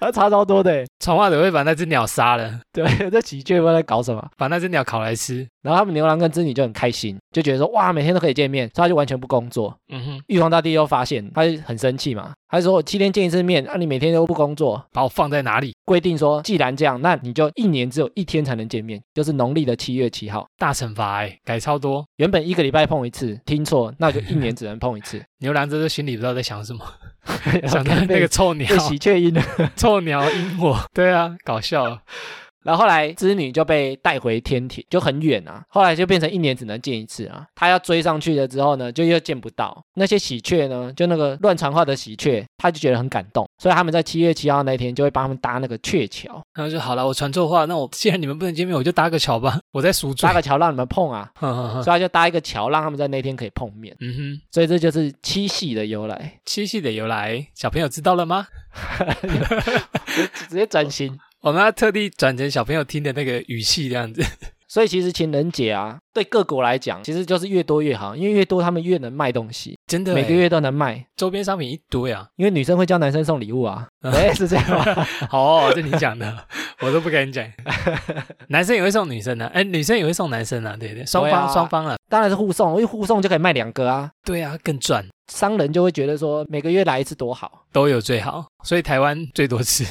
S2: 他差超多的欸，
S1: 传话者会把那只鸟杀了，
S2: 对， <laughs> 这喜鹊不知道在搞什么。
S1: 把那只鸟烤来吃。
S2: 然后他们牛郎跟织女就很开心，就觉得说哇，每天都可以见面，所以他就完全不工作。
S1: 嗯哼，
S2: 玉皇大帝又发现，他就很生气嘛，他就说我七天见一次面，啊你每天都不工作，
S1: 把我放在哪里？
S2: 规定说既然这样，那你就一年只有一天才能见面，就是农历的七月七号。
S1: 大惩罚哎，改超多。
S2: 原本一个礼拜碰一次，听错，那就一年只能碰一次。
S1: 牛郎这时候心里不知道在想什么， <laughs>
S2: <laughs>
S1: 想到那个臭鸟
S2: 被，喜鹊阴了。
S1: <laughs>
S2: <laughs>
S1: 臭鸟阴 <laughs> 我。对啊，搞笑了。
S2: 然后后来织女就被带回天庭，就很远啊。后来就变成一年只能见一次啊。她要追上去了之后呢，就又见不到。那些喜鹊呢，就那个乱传话的喜鹊，她就觉得很感动，所以他们在七月七号那一天就会帮他们搭那个鹊桥，
S1: 然后就好了，我传错话，那我既然你们不能见面，我就搭个桥吧。我在赎罪
S2: 搭。个桥让你们碰啊。
S1: 哼哼哼 <laughs>
S2: 所以他就搭一个桥，让他们在那天可以碰面。
S1: 嗯哼，
S2: 所以这就是七夕的由来，
S1: 七夕的由来，小朋友知道了吗？
S2: 直接转型。
S1: 我们要特地转成小朋友听的那个语气这样子。
S2: 所以其实情人节啊，对各国来讲，其实就是越多越好，因为越多他们越能卖东西，
S1: 真的耶，欸
S2: 每个月都能卖。
S1: 周边商品一堆啊。
S2: 因为女生会教男生送礼物啊，
S1: 嗯
S2: 哎、是这样吗？ <laughs>
S1: 好、 <laughs> 哦，这你讲的，我都不敢讲。男生也会送女生的、哎，女生也会送男生啊，对对，双
S2: 对
S1: 方、
S2: 啊
S1: 双方啊，
S2: 当然是互送，因为互送就可以卖两个啊。
S1: 对啊，更赚，
S2: 商人就会觉得说每个月来一次多好。
S1: 都有最好，所以台湾最多吃。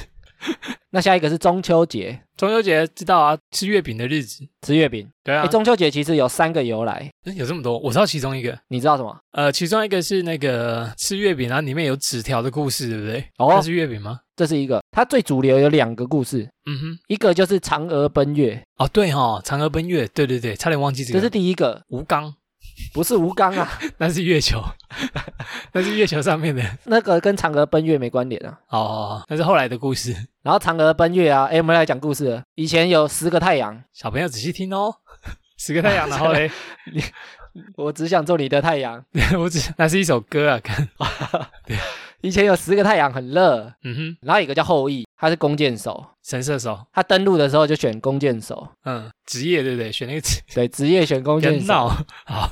S2: 那下一个是中秋节，
S1: 中秋节知道啊，吃月饼的日子，
S2: 吃月饼。
S1: 对啊
S2: 哎，，中秋节其实有三个由来，
S1: 诶有这么多，我知道其中一个，
S2: 你知道什么？
S1: 呃，其中一个是那个吃月饼，然后里面有纸条的故事，对不对？那
S2: 哦，
S1: 是月饼吗？
S2: 这是一个，它最主流有两个故事，
S1: 嗯哼，
S2: 一个就是嫦娥奔月，
S1: 哦对哦，嫦娥奔月，对对对，差点忘记这
S2: 这
S1: 个。
S2: 是第一个，
S1: 吴刚， <laughs>
S2: 不是吴刚啊， <laughs>
S1: 那是月球， <laughs> 那是月球上面的，
S2: 那个跟嫦娥奔月没关联啊。
S1: 哦哦，哦那是后来的故事。
S2: 然后嫦娥奔月啊，哎，我们来讲故事了。以前有十个太阳，
S1: 小朋友仔细听哦，十个太阳，然后嘞，
S2: 我只想做你的太阳。
S1: <laughs> 我只那是一首歌啊，看，
S2: 以前有十个太阳很热，
S1: 嗯哼，
S2: 然后有一个叫后羿，他是弓箭手，
S1: 神射手，
S2: 他登陆的时候就选弓箭手，
S1: 嗯，职业对不对？选那个职，
S2: 对，职业选弓
S1: 别
S2: 箭手。
S1: 闹，好，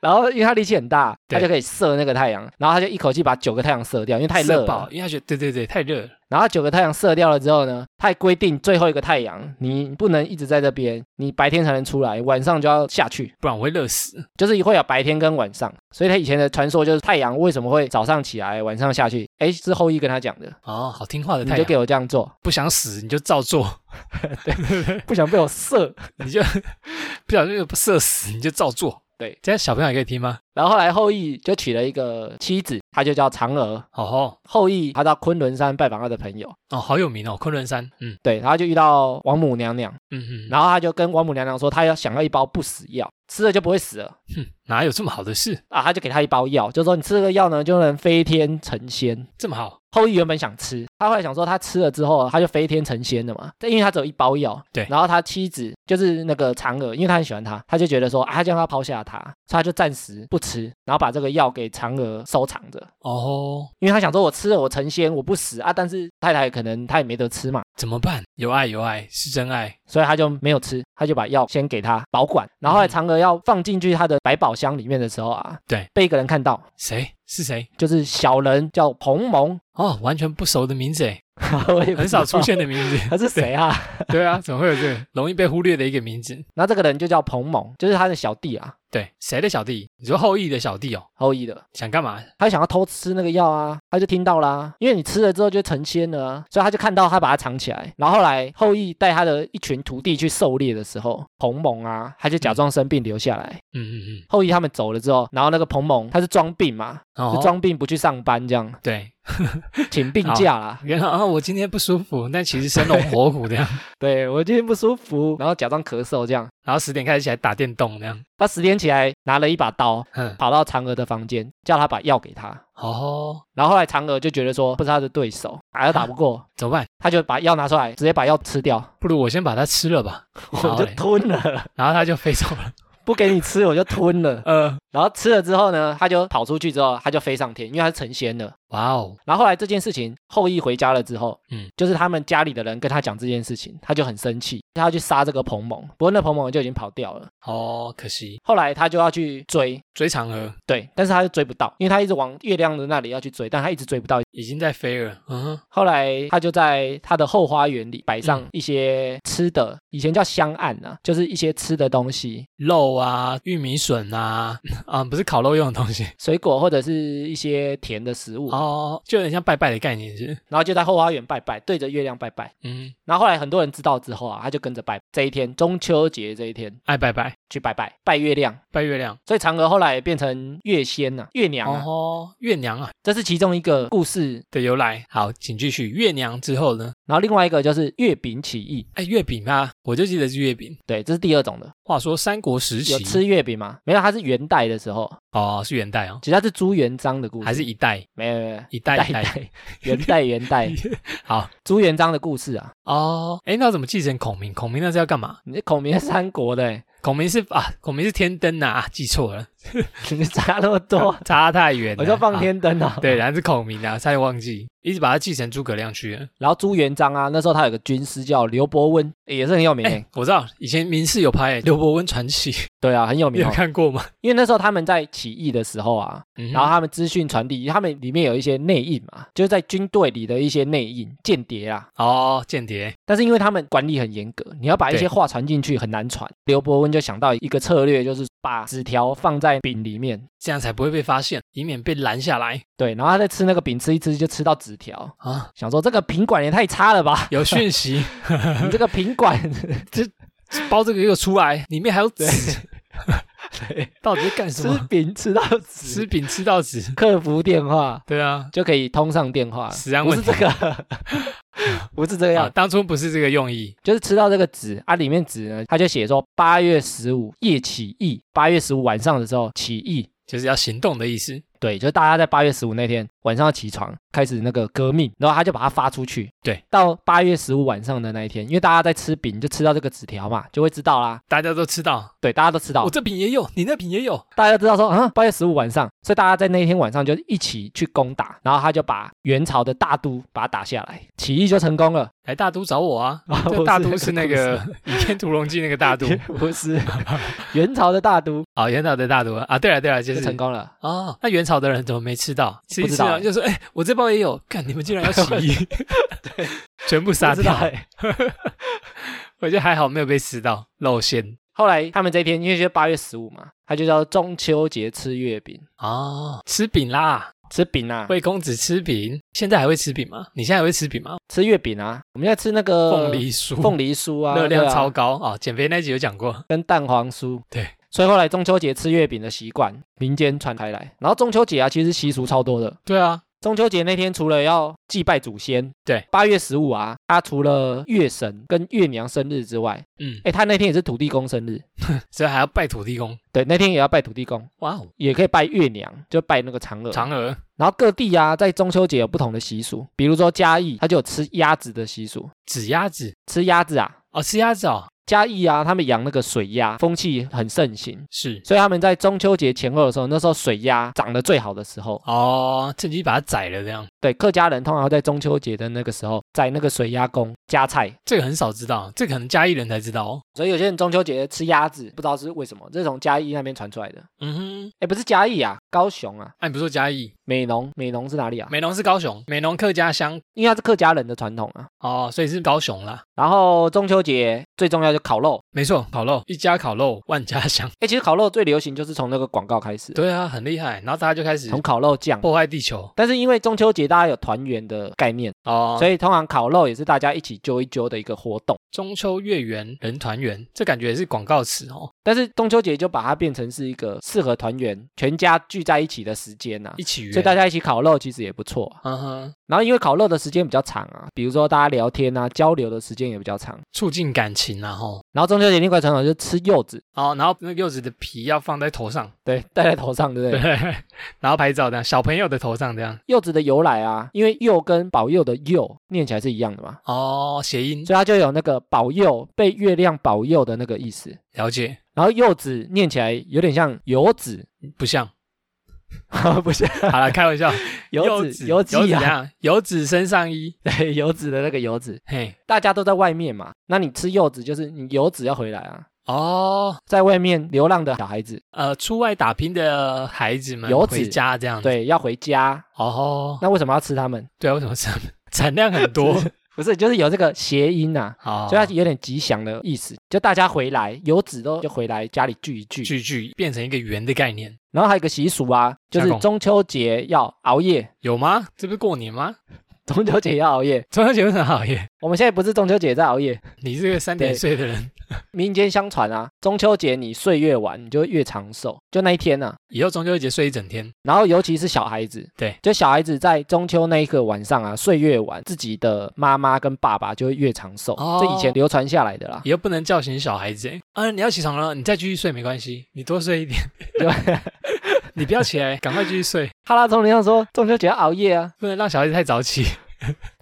S2: 然后因为他力气很大，
S1: 对
S2: 他就可以射那个太阳，然后他就一口气把九个太阳射掉，因为太热
S1: 射
S2: 了
S1: 爆，。因为他觉得对对对，太热了，
S2: 然后九个太阳射掉了之后呢，他还规定最后一个太阳你不能一直在这边，你白天才能出来，晚上就要下去，
S1: 不然我会热死。
S2: 就是会有白天跟晚上。所以他以前的传说就是太阳为什么会早上起来，晚上下去？哎，是后羿跟他讲的，
S1: 哦，好听话的
S2: 你
S1: 太
S2: 就
S1: 阳，
S2: 给我这样做，
S1: 不想死你就照做， <laughs>
S2: 不想被我射。
S1: 你就不小心就射死你就照做，
S2: 对，
S1: 这样小朋友也可以听吗？
S2: 然后后来后羿就娶了一个妻子，她就叫嫦娥。
S1: 哦吼，
S2: 后羿他到昆仑山拜访他的朋友，
S1: 哦，好有名哦，昆仑山，嗯
S2: 对，然后就遇到王母娘娘，
S1: 嗯嗯，
S2: 然后他就跟王母娘娘说，他要想要一包不死药，吃了就不会死了
S1: 哼，哪有这么好的事，
S2: 啊，他就给他一包药，就说你吃这个药呢，就能飞天成仙。
S1: 这么好，
S2: 后羿原本想吃，他后来想说他吃了之后他就飞天成仙了嘛，但因为他只有一包药，
S1: 对
S2: 然后他妻子就是那个嫦娥，因为他很喜欢他，他就觉得说啊，他这样要抛下他，所以他就暂时不吃，然后把这个药给嫦娥收藏着，
S1: 哦，
S2: 因为他想说我吃了我成仙我不死啊，但是太太可能她也没得吃嘛，
S1: 怎么办？有爱有爱是真爱，
S2: 所以他就没有吃，他就把药先给他保管，然后后来嫦娥要放进去他的百宝箱里面的时候啊，
S1: 嗯对，
S2: 被一个人看到，
S1: 谁是谁？
S2: 就是小人叫彭蒙， <laughs>
S1: 哦，完全不熟的名字诶，
S2: 我也
S1: <laughs>
S2: 不
S1: 很
S2: 知道
S1: 少出，现的名字。
S2: 他是谁啊？
S1: <laughs> 对啊，怎么会有这个容易被忽略的一个名字？
S2: 然后这个人就叫彭蒙，就是他的小弟啊，
S1: 对，谁的小弟？你说后羿的小弟哦，
S2: 后羿的，
S1: 想干嘛？
S2: 他就想要偷吃那个药啊，他就听到啦、因为你吃了之后就成仙了啊，所以他就看到他把它藏起来。然后后来后羿带他的一群徒弟去狩猎的时候，彭蒙啊，他就假装生病留下来。
S1: 嗯嗯嗯，
S2: 后羿他们走了之后，然后那个彭蒙他是装病嘛，就
S1: 哦，
S2: 装病不去上班这样。
S1: 对，
S2: 请病假啦。
S1: 原来啊，我今天不舒服，但其实生龙活虎 <laughs> 这样。
S2: 对我今天不舒服，然后假装咳嗽这样。
S1: 然后十点开始起来打电动那样。
S2: 他十点起来拿了一把刀，
S1: 嗯，
S2: 跑到嫦娥的房间，叫她把药给他。
S1: 哦，
S2: 然后后来嫦娥就觉得说不是他的对手，打又打不 <laughs> 过，
S1: 怎么办？
S2: 他就把药拿出来，直接把药吃掉，
S1: 不如我先把它吃了吧。
S2: <laughs> 我就
S1: 嘞
S2: 吞了，
S1: 然后他就飞走了。
S2: <laughs> 不给你吃我就吞
S1: <laughs>
S2: 了。
S1: 呃，
S2: 然后吃了之后呢，他就跑出去之后，他就飞上天，因为他是成仙了。
S1: 哇哦，
S2: 然后后来这件事情，后羿回家了之后，
S1: 嗯
S2: 嗯，就是他们家里的人跟他讲这件事情，他就很生气，他要去杀这个彭蒙，不过那彭蒙就已经跑掉了。
S1: 哦，可惜
S2: 后来他就要去追，
S1: 追嫦娥
S2: 对，但是他就追不到，因为他一直往月亮的那里要去追，但他一直追不到。
S1: 已经在飞了。嗯哼，
S2: 后来他就在他的后花园里摆上
S1: 嗯
S2: 一些吃的，以前叫香案啊，就是一些吃的东西，
S1: 肉啊，玉米笋啊，啊，不是烤肉用的东西。
S2: 水果或者是一些甜的食物，
S1: 哦，就有点像拜拜的概念是。
S2: 然后就在后花园拜拜，对着月亮拜拜。
S1: 嗯，
S2: 然后后来很多人知道之后啊，他就跟着拜。这一天，中秋节这一天
S1: 爱拜拜，
S2: 去拜拜，拜月亮。
S1: 拜月亮。
S2: 所以嫦娥后来也变成月仙呐、月娘啊，
S1: 哦，月娘啊
S2: 这是其中一个故事。
S1: 的由来。好，请继续。月娘之后呢？
S2: 然后另外一个就是月饼起义，
S1: 哎，月饼啊，我就记得是月饼。
S2: 对，这是第二种的。
S1: 话说三国时期
S2: 有吃月饼吗？没有，它是元代的时候，
S1: 哦，是元代哦，
S2: 其实它是朱元璋的故事，
S1: 还是一代
S2: 没有没有没有
S1: 一代
S2: 代
S1: 一代？
S2: 代 <laughs> 元代元
S1: <laughs>
S2: 代
S1: 好
S2: 朱元璋的故事啊？
S1: 哦，哎，那怎么继承孔明？孔明那是要干嘛？
S2: 你这孔明是三国的欸，
S1: 孔明是啊，孔明是天灯呐、啊，记错
S2: <laughs>
S1: 了，，
S2: 你差那么多
S1: <laughs> 差太远了。
S2: 我就放
S1: 啊
S2: 天灯啊。
S1: <laughs> 对，然后是孔明啊，差点忘记，一直把他继承诸葛亮去了。
S2: 然后朱元璋啊，那时候他有个军师叫刘伯温，欸也是很有名
S1: 哎、
S2: 欸。
S1: 我知道以前民视有拍《刘伯温传奇》，
S2: 对啊，很有
S1: 你
S2: 名
S1: 有
S2: 哦。
S1: 看过吗？
S2: 因为那时候他们在起义的时候啊，
S1: 嗯哼
S2: 然后他们资讯传递，他们里面有一些内应嘛，就是在军队里的一些内应间谍啊。
S1: 哦，间谍，
S2: 但是因为他们管理很严格，你要把一
S1: 对
S2: 些话传进去很难传。刘伯温就想到一个策略，就是把纸条放在饼里面，
S1: 这样才不会被发现，以免被拦下来
S2: 对，然后他在吃那个饼，吃一吃就吃到纸条，
S1: 啊。 <laughs>
S2: 想说这个品管也太差了吧，
S1: 有讯息
S2: 你这个品
S1: <laughs>
S2: 管，
S1: 包这个又出来，里面还有纸， <laughs>
S2: 对
S1: 到底在干什
S2: 吃
S1: 么？
S2: 饼吃到
S1: 吃
S2: 纸，
S1: 饼吃到纸，
S2: 客服电话
S1: 对啊，
S2: 就可以通上电话了，
S1: 食安
S2: 不
S1: 问
S2: 是
S1: 题
S2: 这。个， <laughs> 不是这
S1: 啊，
S2: 样，
S1: 当初不是这个用意，
S2: 就是吃到这个纸啊，里面纸呢，他就写说八月十五夜起义，八月十五晚上的时候起义，
S1: 就是要行动的意思。
S2: 对，就是大家在八月十五那天晚上要起床，开始那个革命，然后他就把它发出去。
S1: 对，
S2: 到八月十五晚上的那一天，因为大家在吃饼，就吃到这个纸条嘛，就会知道啦。
S1: 大家都知道，
S2: 对，大家都知道
S1: 我，这饼也有，你那饼也有，
S2: 大家都知道说，啊，八月十五晚上，所以大家在那一天晚上就一起去攻打，然后他就把元朝的大都把它打下来，起义就成功了。
S1: 来大都找我啊！
S2: 啊，
S1: 这大都是那个《倚天屠龙记》那个大都
S2: 不是 <laughs> 不是元朝的
S1: <laughs>
S2: 大都
S1: 啊，元朝的大都啊。对了对了，就
S2: 就是成功了。
S1: 哦，那元朝的人怎么没吃到？吃一
S2: 不知
S1: 吃
S2: 道
S1: 啊，就说哎，我这包也有，看你们竟然要起
S2: <laughs>
S1: 义， <laughs> 全部杀
S2: 不知道
S1: 掉。
S2: 欸
S1: 我觉得还好没有被吃到肉馅
S2: 后来他们这一天，因为就是八月十五嘛，他就叫中秋节吃月饼，
S1: 哦，吃饼啦，
S2: 吃饼啊，
S1: 魏公子吃饼，现在还会吃饼吗？你现在还会吃饼吗？
S2: 吃月饼啊，我们要吃那个
S1: 呃凤梨酥，
S2: 凤梨酥啊，
S1: <laughs> 热量
S2: 对啊
S1: 超高哦，减肥那集有讲过，
S2: 跟蛋黄酥。
S1: 对，
S2: 所以后来中秋节吃月饼的习惯民间传开来。然后中秋节啊，其实习俗超多的。
S1: <laughs> 对啊，
S2: 中秋节那天除了要祭拜祖先，
S1: 对，
S2: 八月十五啊，他除了月神跟月娘生日之外，
S1: 嗯，
S2: 哎，他那天也是土地公生日，
S1: 所以还要拜土地公。
S2: 对，那天也要拜土地公，
S1: 哇哦，
S2: 也可以拜月娘，就拜那个嫦娥。
S1: 嫦娥，
S2: 然后各地啊，在中秋节有不同的习俗，比如说嘉义，它就有吃鸭子的习俗，
S1: 纸鸭子
S2: 吃鸭子啊。
S1: 哦，吃鸭子哦，
S2: 嘉义啊，他们养那个水鸭，风气很盛行，
S1: 是
S2: 所以他们在中秋节前后的时候，那时候水鸭长得最好的时候，
S1: 哦，趁机把它宰了这样。
S2: 对，客家人通常会在中秋节的那个时候，在那个水鸭公加菜。
S1: 这个很少知道，这个可能嘉义人才知道哦。
S2: 所以有些人中秋节吃鸭子，不知道是为什么，这是从嘉义那边传出来的。
S1: 嗯哼，
S2: 哎，不是嘉义啊，高雄啊，
S1: 哎、你不说嘉义，
S2: 美浓，美浓是哪里啊？
S1: 美浓是高雄，美浓客家乡
S2: 因为它是客家人的传统啊。
S1: 哦，所以是高雄啦。
S2: 然后中秋节最重要就烤肉，
S1: 没错，烤肉一家烤肉万家香，
S2: 哎，其实烤肉最流行就是从那个广告开始，
S1: 对啊，很厉害。然后大家就开始
S2: 从烤肉酱。
S1: 破坏地球
S2: 但是因为中秋节大家有团圆的概念，
S1: 哦，
S2: 所以通常烤肉也是大家一起揪一揪的一个活动。
S1: 中秋月圆人团圆，这感觉也是广告词哦，
S2: 但是中秋节就把它变成是一个适合团圆、全家聚在一起的时间呐、
S1: 一起圆。
S2: 所以大家一起烤肉其实也不错、啊。
S1: 嗯哼，
S2: 然后因为烤肉的时间比较长啊，比如说大家聊天啊、交流的时间也比较长。
S1: 促进感情然后
S2: 然后中秋节另外一个传统就是吃柚子，
S1: 哦，然后那个柚子的皮要放在头上，
S2: 对，戴在头上，对不
S1: 对
S2: 对？，
S1: <laughs> 然后拍照这样，小朋友的头上这样
S2: 柚子的由来啊，因为柚跟保佑的佑念起来是一样的嘛，
S1: 哦，谐音
S2: 所以它就有那个保佑被月亮保佑的那个意思。
S1: 了解
S2: 然后柚子念起来有点像游 <laughs> 子，
S1: 不像，
S2: 不是
S1: 好了，开玩
S2: <laughs>
S1: 笑，
S2: 游
S1: 柚
S2: 子
S1: 子
S2: 游
S1: 子怎
S2: 子啊，
S1: 样？游子身上衣，
S2: 对，游子的那个游子，
S1: 嘿，
S2: 大家都在外面嘛，那你吃柚子就是你游子要回来啊，
S1: 哦，
S2: 在外面流浪的小孩子，
S1: 呃，出外打拼的孩子们
S2: 游子
S1: 回家这样子，
S2: 对，要回家，
S1: 哦，
S2: 那为什么要吃他们？
S1: 对啊，为什么这样产量很多？
S2: 不是，就是有这个谐音呐、
S1: 好，
S2: 所以它有点吉祥的意思，就大家回来，游子都就回来家里聚一聚。
S1: 句句变成一个圆的概念，
S2: 然后还有一个习俗啊，就是
S1: 加工
S2: 中秋节要熬夜， <laughs>
S1: 有吗？这不是过年吗？
S2: 中秋节要熬夜。
S1: 中秋节为什么熬夜？
S2: 我们现在不是中秋节在熬夜，
S1: <laughs> 你这个三点睡的人，
S2: 民间相传啊，中秋节你睡越晚，你就越长寿，就那一天啊。
S1: 以后中秋节睡一整天，
S2: 然后尤其是小孩子，
S1: 对，
S2: 就小孩子在中秋那一个晚上啊，睡越晚，自己的妈妈跟爸爸就会越长寿，
S1: 哦
S2: 这以前流传下来的啦。
S1: 以后不能叫醒小孩子。欸啊，你要起床了，你再继续睡没关系，你多睡一点，
S2: 对
S1: <laughs> 你不要起来，赶快继续睡，
S2: 哈拉丛林上说中秋节要熬夜啊，
S1: 不能让小孩子太早起。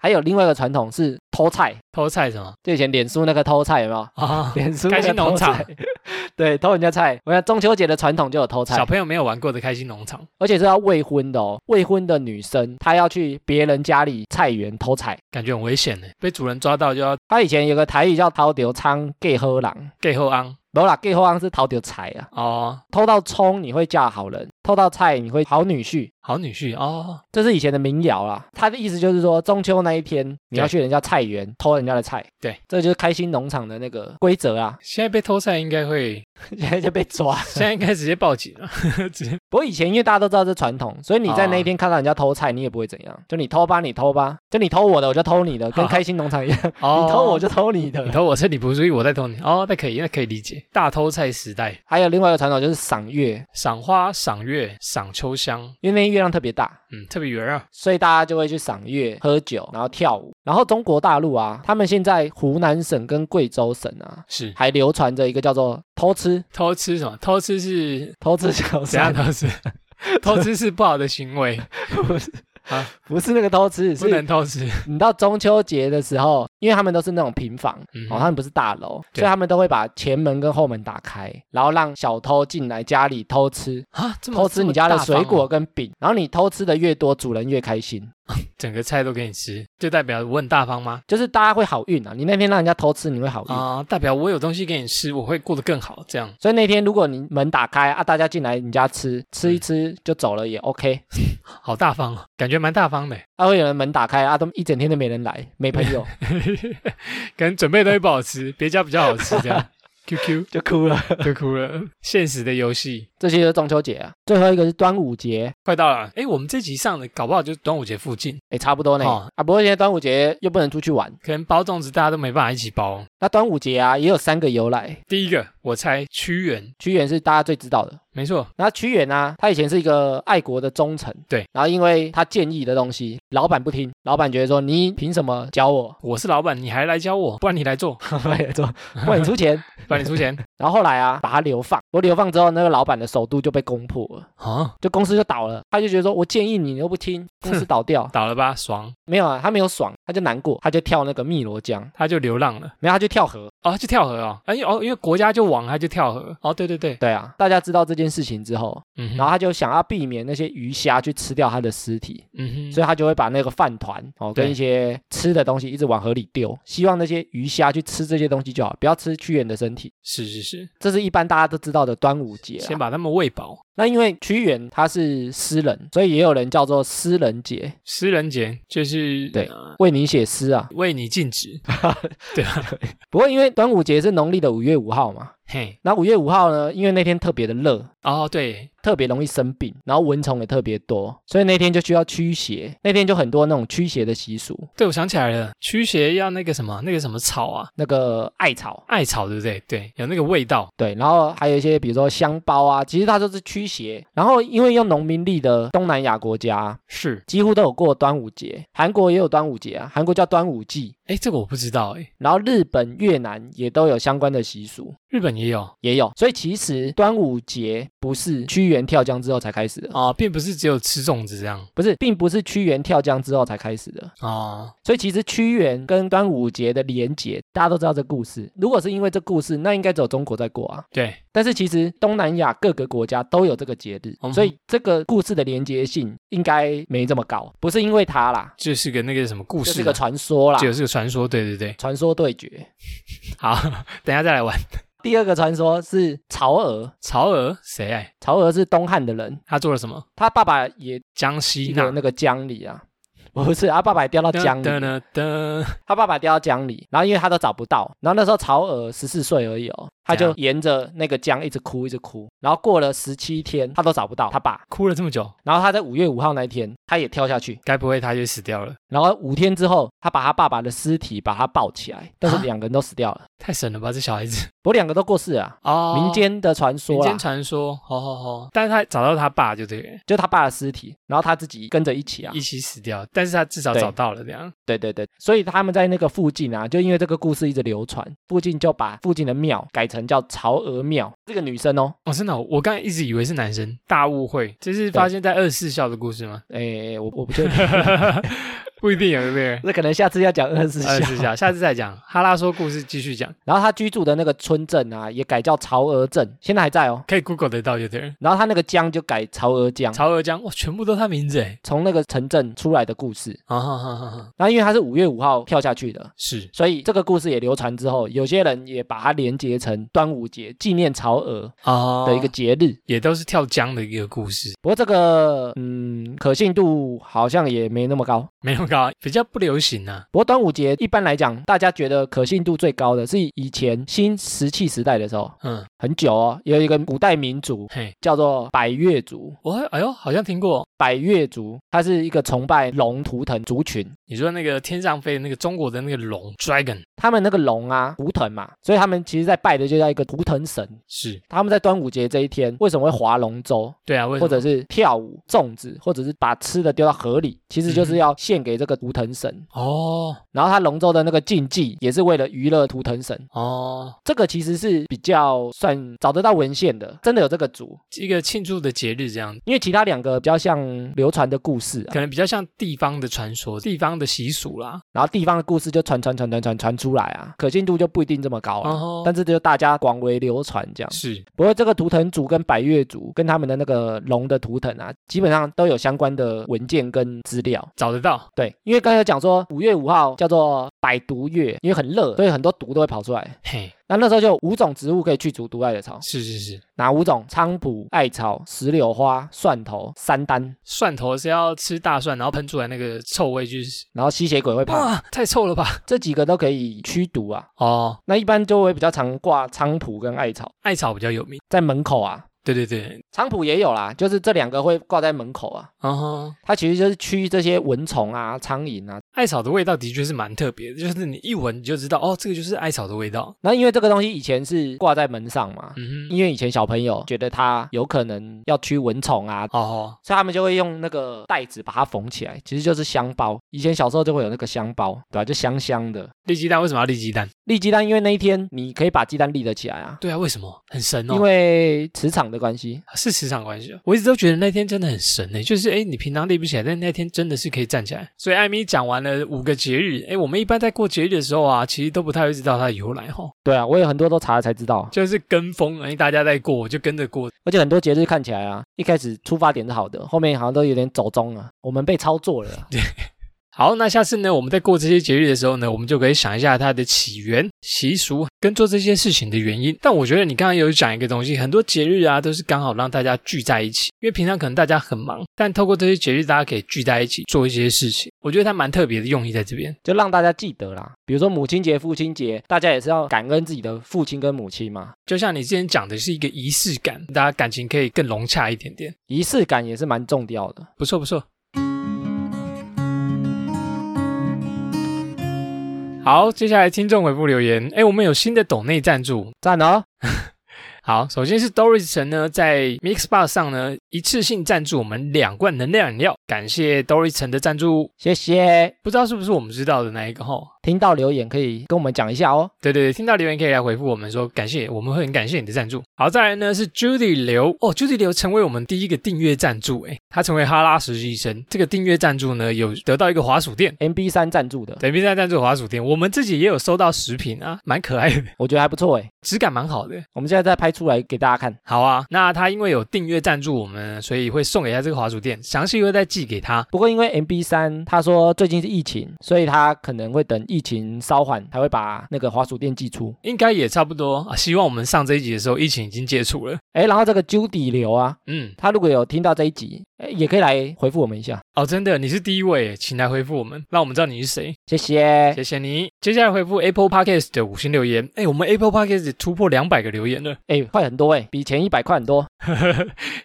S2: 还有另外一个传统是偷菜，
S1: 偷菜什么
S2: 就以前脸书那个偷菜
S1: <laughs>
S2: 有没有？
S1: 啊？
S2: 脸书那
S1: 开
S2: 个
S1: 心农
S2: 偷菜 <laughs>
S1: 场，
S2: 对，偷人家菜。我想中秋节的传统就有偷
S1: 小
S2: 菜，
S1: 朋友没有玩过的开心农场，
S2: 而且是要未婚的哦。未婚的女生她要去别人家里菜园偷菜。
S1: 感觉很危险呢，被主人抓到就要
S2: 她以前有个台语叫“偷丢仓给喝狼
S1: gay 后昂”，
S2: 没有啦，给喝狼是偷丢菜啊。
S1: 哦，
S2: 偷到葱你会嫁好人，偷到菜你会好女婿。
S1: 好女婿哦，
S2: 这是以前的民谣啦，他的意思就是说，中秋那一天你要去人家菜园偷人家的菜，
S1: 对，
S2: 这就是开心农场的那个规则啊， <laughs>
S1: 现在被偷菜应该 <laughs> 会，
S2: 现在就被抓。
S1: 现在应该直接报警 <laughs> 了，直接
S2: 不过以前因为大家都知道这传统，所以你在那一天看到人家偷菜，你也不会怎样，就你偷吧，你偷吧，就你偷我的，我就偷你的，跟开心农场一样，你
S1: 哦，
S2: 偷我就偷你
S1: 你
S2: 的。
S1: 偷我，趁你不注意，我在偷你。哦，那可以，那可以理解。大偷菜时代，
S2: 还有另外一个传统就是赏月，
S1: 赏花、赏月、赏秋香，
S2: 因为那天月亮特别大，
S1: 嗯，特别圆啊。
S2: 所以大家就会去赏月、喝酒，然后跳舞。然后中国大陆啊，他们现在湖南省跟贵州省啊，
S1: 是
S2: 还流传着一个叫做偷吃、
S1: 偷吃什么？偷吃是
S2: 偷吃
S1: <laughs>
S2: 小
S1: 怎样
S2: 三，
S1: 偷吃？ <laughs> 偷吃是不好的行为，
S2: 不是那个偷吃，
S1: <laughs> 不
S2: <laughs> 是
S1: 能偷吃。
S2: 你到中秋节的时候，因为他们都是那种平房，
S1: 嗯
S2: 哦，他们不是大楼，
S1: 对
S2: 所以他们都会把前门跟后门打开，然后让小偷进来家里偷吃，
S1: 啊，这么
S2: 偷吃你家的水，
S1: 这么大方
S2: 果
S1: 哦
S2: 跟饼，然后你偷吃的越多，主人越开心，
S1: 整个菜都给你吃，就代表我很大方吗？
S2: 就是大家会好运啊。你那天让人家偷吃，你会好运。
S1: 啊、代表我有东西给你吃，我会过得更好。这样
S2: 所以那天如果你门打开啊，大家进来你家吃，吃一吃就走了也 OK。
S1: 好大方哦，感觉蛮大方的，
S2: 啊，会有人门打开啊，都一整天都没人来，没朋友
S1: 可能准备的东西不好吃，别家比较好吃，这样。Q Q
S2: <laughs> 就哭了。
S1: 就哭了。现实的游戏，
S2: 这些就是中秋节啊。最后一个是端午节，
S1: 快到了，哎，我们这集上的搞不好就是端午节附近，
S2: 哎，差不多呢、
S1: 哦
S2: 啊。不过现在端午节又不能出去玩，
S1: 可能包粽子大家都没办法一起包。
S2: 那端午节啊也有三个由来，
S1: 第一个我猜屈原，
S2: 屈原是大家最知道的。
S1: 没错，
S2: 然后屈原呢、他以前是一个爱国的忠臣，
S1: 对。
S2: 然后因为他建议的东西，老板不听，老板觉得说你凭什么教我？
S1: 我是老板，你还来教我，不然你来做，
S2: 对，说不然你出钱。
S1: 不然你出钱
S2: 然后后来啊，把他流放。我流放之后，那个老板的首都就被攻破了，
S1: <laughs> 啊，。
S2: 就公司就倒了。他就觉得说，我建议你，你又不听，公司倒掉
S1: 倒了吧，爽，
S2: 没有啊，他没有爽，他就难过，他就跳那个汨罗江，
S1: 他就流浪了，
S2: 没有啊他就跳河。
S1: 哦，就跳河哦，哎哦，因为国家就亡，他就跳河，哦，对对对，
S2: 对啊，大家知道这件事情之后，
S1: 嗯哼，
S2: 然后他就想要避免那些鱼虾去吃掉他的尸体，
S1: 嗯
S2: 所
S1: 哼，
S2: 以他就会把那个饭团哦
S1: 对
S2: 跟一些吃的东西一直往河里丢，希望那些鱼虾去吃这些东西就好，不要吃屈原的身体。
S1: 是是是，
S2: 这是一般大家都知道的端午节、
S1: 先
S2: 啊。
S1: 把他们喂饱。
S2: 那因为屈原他是诗人，所以也有人叫做诗人节，
S1: 诗人节就是
S2: 对
S1: 呃
S2: 为你写诗啊。
S1: 为你尽职，对吧？
S2: 不过因为端午节是农历的五月五号嘛，
S1: 嘿，
S2: 那五月五号呢，因为那天特别的热，
S1: 哦对，
S2: 特别容易生病，然后蚊虫也特别多，所以那天就需要驱邪。那天就很多那种驱邪的习俗，
S1: 对，我想起来了，驱邪要那个什么，那个什么草啊，
S2: 那个艾草，
S1: 艾草，对不对？对，有那个味道。
S2: 对，然后还有一些比如说香包啊，其实它都是驱邪。然后因为用农民历的东南亚国家。
S1: 是，
S2: 几乎都有过端午节，韩国也有端午节啊，韩国叫端午祭，
S1: 哎，这个我不知道，哎，
S2: 然后日本、越南也都有相关的习俗，
S1: 日本也有
S2: 也有。所以其实端午节不是屈原跳江之后才开始的，
S1: 哦，并不是只有吃粽子这样
S2: 不是，并不是屈原跳江之后才开始的。
S1: 哦。
S2: 所以其实屈原跟端午节的连结，大家都知道这故事。如果是因为这故事，那应该只有中国在过啊。
S1: 对，
S2: 但是其实东南亚各个国家都有这个节日，
S1: 嗯哼
S2: 所以这个故事的连结性应该没这么高，不是因为它啦，
S1: 就是个那个什么故
S2: 就
S1: 事啊，
S2: 是个传说啦，
S1: 就是个传说，对对对。
S2: 传说对决。
S1: 好， <laughs> 等一下再来玩。
S2: 第二个传说是曹娥，
S1: 曹娥谁哎？
S2: 曹娥是东汉的人，
S1: 他做了什么？
S2: 他爸爸也
S1: 江西
S2: 进
S1: 那
S2: 了那个江里
S1: <laughs> 嗯
S2: 啊。不是，他爸爸也掉到江
S1: 噔
S2: 里，
S1: 噔噔，
S2: 他爸爸掉到江里，然后因为他都找不到，然后那时候曹娥十四岁而已哦，他
S1: 怎
S2: 就
S1: 样
S2: 沿着那个江一直哭一直哭，然后过了十七天，他都找不到他爸，
S1: 哭了这么久，
S2: 然后他在五月五号那一天，他也跳下去，
S1: 该不会他就死掉了？
S2: 然后五天之后，他把他爸爸的尸体把他抱起来，但是
S1: 啊
S2: 两个人都死掉了，
S1: 太神了吧，这小孩子
S2: 不过两个都过世了啊，
S1: 哦，
S2: 民间的传
S1: 民
S2: 说啦啊
S1: 间，传说，好好好，但是他找到他爸就对了，
S2: 就他爸的尸体，然后他自己跟着一起啊
S1: 一，起死掉，但是他至少
S2: 对
S1: 找到了这样。
S2: 对对对，所以他们在那个附近啊，就因为这个故事一直流传，附近就把附近的庙改成叫曹娥庙，这个女生哦，
S1: 哦，真的哦、我刚才一直以为是男生，大误会，这是发现在二十四孝的故事吗？ <laughs>
S2: 诶，我我不确定。
S1: 不一定有，对不对？
S2: 那可能下次要讲 <laughs> 二十
S1: 二十
S2: 四孝。
S1: 四孝，下次再讲。哈拉说故事继续讲，
S2: 然后他居住的那个村镇啊，也改叫曹娥镇，现在还在哦。
S1: 可以 Google 得到就对了。
S2: 然后他那个江就改曹娥江，
S1: 曹娥江，哇，全部都他名字哎，
S2: 从那个城镇出来的故事。
S1: 啊哈哈哈哈，
S2: 然后因为他是五月五号跳下去的，
S1: 是
S2: 所以这个故事也流传之后，有些人也把它连结成端午节纪念曹娥
S1: 哦
S2: 的一个节日。
S1: 也都是跳江的一个故事，
S2: 不过这个嗯，可信度好像也没那么高。
S1: 没那么高， <laughs> 比较不流行啊。
S2: 不过端午节一般来讲，大家觉得可信度最高的是以前新石器时代的时候，
S1: 嗯，
S2: 很久哦，也有一个古代民族
S1: 嘿，
S2: 叫做百越族。
S1: 我哎呦，好像听过。
S2: 百越族，它是一个崇拜龙图腾族群。
S1: 你说那个天上飞的那个中国的那个龙 dragon
S2: 他们那个龙啊，图腾嘛，所以他们其实在拜的就叫一个图腾神。
S1: 是
S2: 他们在端午节这一天为什么会划龙舟，
S1: 对啊，为什
S2: 或
S1: 么
S2: 者是跳舞、粽子，或者是把吃的丢到河里，其实
S1: 嗯
S2: 就是要献给这个图腾神。
S1: 哦
S2: 然后他龙舟的那个竞技也是为了娱乐图腾神，
S1: 哦，
S2: 这个其实是比较算找得到文献的，真的有这个族。
S1: 一个庆祝的节日这样，
S2: 因为其他两个比较像流传的故事、啊，
S1: 可能比较像地方的传说、地方的习俗啦。
S2: 然后地方的故事就传传传传传传出来啊，可信度就不一定这么高了、
S1: 然后
S2: 但是就大家广为流传这样。
S1: 哦是
S2: 不过这个图腾族跟百越族跟他们的那个龙的图腾啊，基本上都有相关的文件跟资料。
S1: 找得到
S2: 对，因为刚才有讲说五月五号叫做百毒月，因为很热，所以很多毒都会跑出来。
S1: 嘿，
S2: 那那时候就有五种植物可以去除毒害的草，
S1: 是是是，
S2: 哪五种？菖蒲、艾草、石榴花、蒜头、山丹。
S1: 蒜头是要吃大蒜，然后喷出来那个臭味，就是
S2: 然后吸血鬼会怕，
S1: 哇，太臭了吧！
S2: 这几个都可以驱毒啊。
S1: 哦，
S2: 那一般就会比较常挂菖蒲跟艾草
S1: 艾草比较有名
S2: 在门口啊，
S1: 对对对，
S2: 菖蒲也有啦，就是这两个会挂在门口啊。
S1: 嗯哼，
S2: 它其实就是驱这些蚊虫啊、苍蝇啊。
S1: 艾草的味道的确是蛮特别的，就是你一闻你就知道，哦，这个就是艾草的味道。
S2: 那因为这个东西以前是挂在门上嘛，
S1: 嗯哼，
S2: 因为以前小朋友觉得它有可能要驱蚊虫啊，
S1: 哦，
S2: 所以他们就会用那个袋子把它缝起来，其实就是香包。以前小时候就会有那个香包，对吧、啊就香香的。
S1: 立鸡蛋为什么要立鸡蛋？
S2: 立鸡蛋，因为那一天你可以把鸡蛋立得起来啊，
S1: 对啊，为什么很神哦？
S2: 因为磁场的关系。
S1: 是磁场关系哦。我一直都觉得那天真的很神呢、就是哎，诶你平常立不起来，但那天真的是可以站起来。所以艾米讲完了五个节日，哎，我们一般在过节日的时候啊，其实都不太会知道它的由来哈、哦，
S2: 对啊，我有很多都查了才知道，啊
S1: 就是跟风，哎，大家在过，我就跟着过。
S2: 而且很多节日看起来啊，一开始出发点是好的，后面好像都有点走中了，我们被操作了啊。
S1: 好，那下次呢，我们在过这些节日的时候呢，我们就可以想一下它的起源、习俗跟做这些事情的原因。但我觉得你刚刚有讲一个东西，很多节日啊都是刚好让大家聚在一起，因为平常可能大家很忙，但透过这些节日，大家可以聚在一起做一些事情。我觉得它蛮特别的用意在这边。
S2: 就让大家记得啦，比如说母亲节、父亲节，大家也是要感恩自己的父亲跟母亲嘛，
S1: 就像你之前讲的是一个仪式感，大家感情可以更融洽一点点。
S2: 仪式感也是蛮重要的。
S1: 不错不错。好，接下来听众回复留言。哎，我们有新的抖内赞助，
S2: 赞哦，
S1: 好，首先是 Doris 陈呢，在 Mixbar 上呢一次性赞助我们两罐能量饮料，感谢 Doris 陈的赞助。
S2: 谢谢。
S1: 不知道是不是我们知道的那一个哈？
S2: 听到留言可以跟我们讲一下哦。
S1: 对对对，听到留言可以来回复我们说感谢，我们会很感谢你的赞助。好，再来呢是 Judy 刘哦，Judy 刘成为我们第一个订阅赞助，诶，他成为哈拉实习生。这个订阅赞助呢有得到一个滑鼠垫，
S2: MB 三赞助的，
S1: 等比赛赞助滑鼠垫，我们自己也有收到食品啊，蛮可爱的，
S2: 我觉得还不错诶。
S1: 质感蛮好的。
S2: 我们现在再拍出来给大家看。
S1: 好啊，那他因为有订阅赞助我们，所以会送给他这个滑鼠垫，详细会再寄给他。
S2: 不过因为 MB 三他说最近是疫情，所以他可能会等疫情稍缓才会把那个滑鼠店寄出。
S1: 应该也差不多啊，希望我们上这一集的时候，疫情已经解除了。
S2: 诶，然后这个 Judy 刘啊，
S1: 嗯，
S2: 他如果有听到这一集，诶，也可以来回复我们一下，
S1: 哦，真的，你是第一位，请来回复我们，让我们知道你是谁，
S2: 谢谢。
S1: 谢谢你。接下来回复 Apple Podcast 的五星留言，哎，我们 Apple Podcast 突破两百个留言了， <laughs>
S2: 诶，快很多诶，比前一百快很多，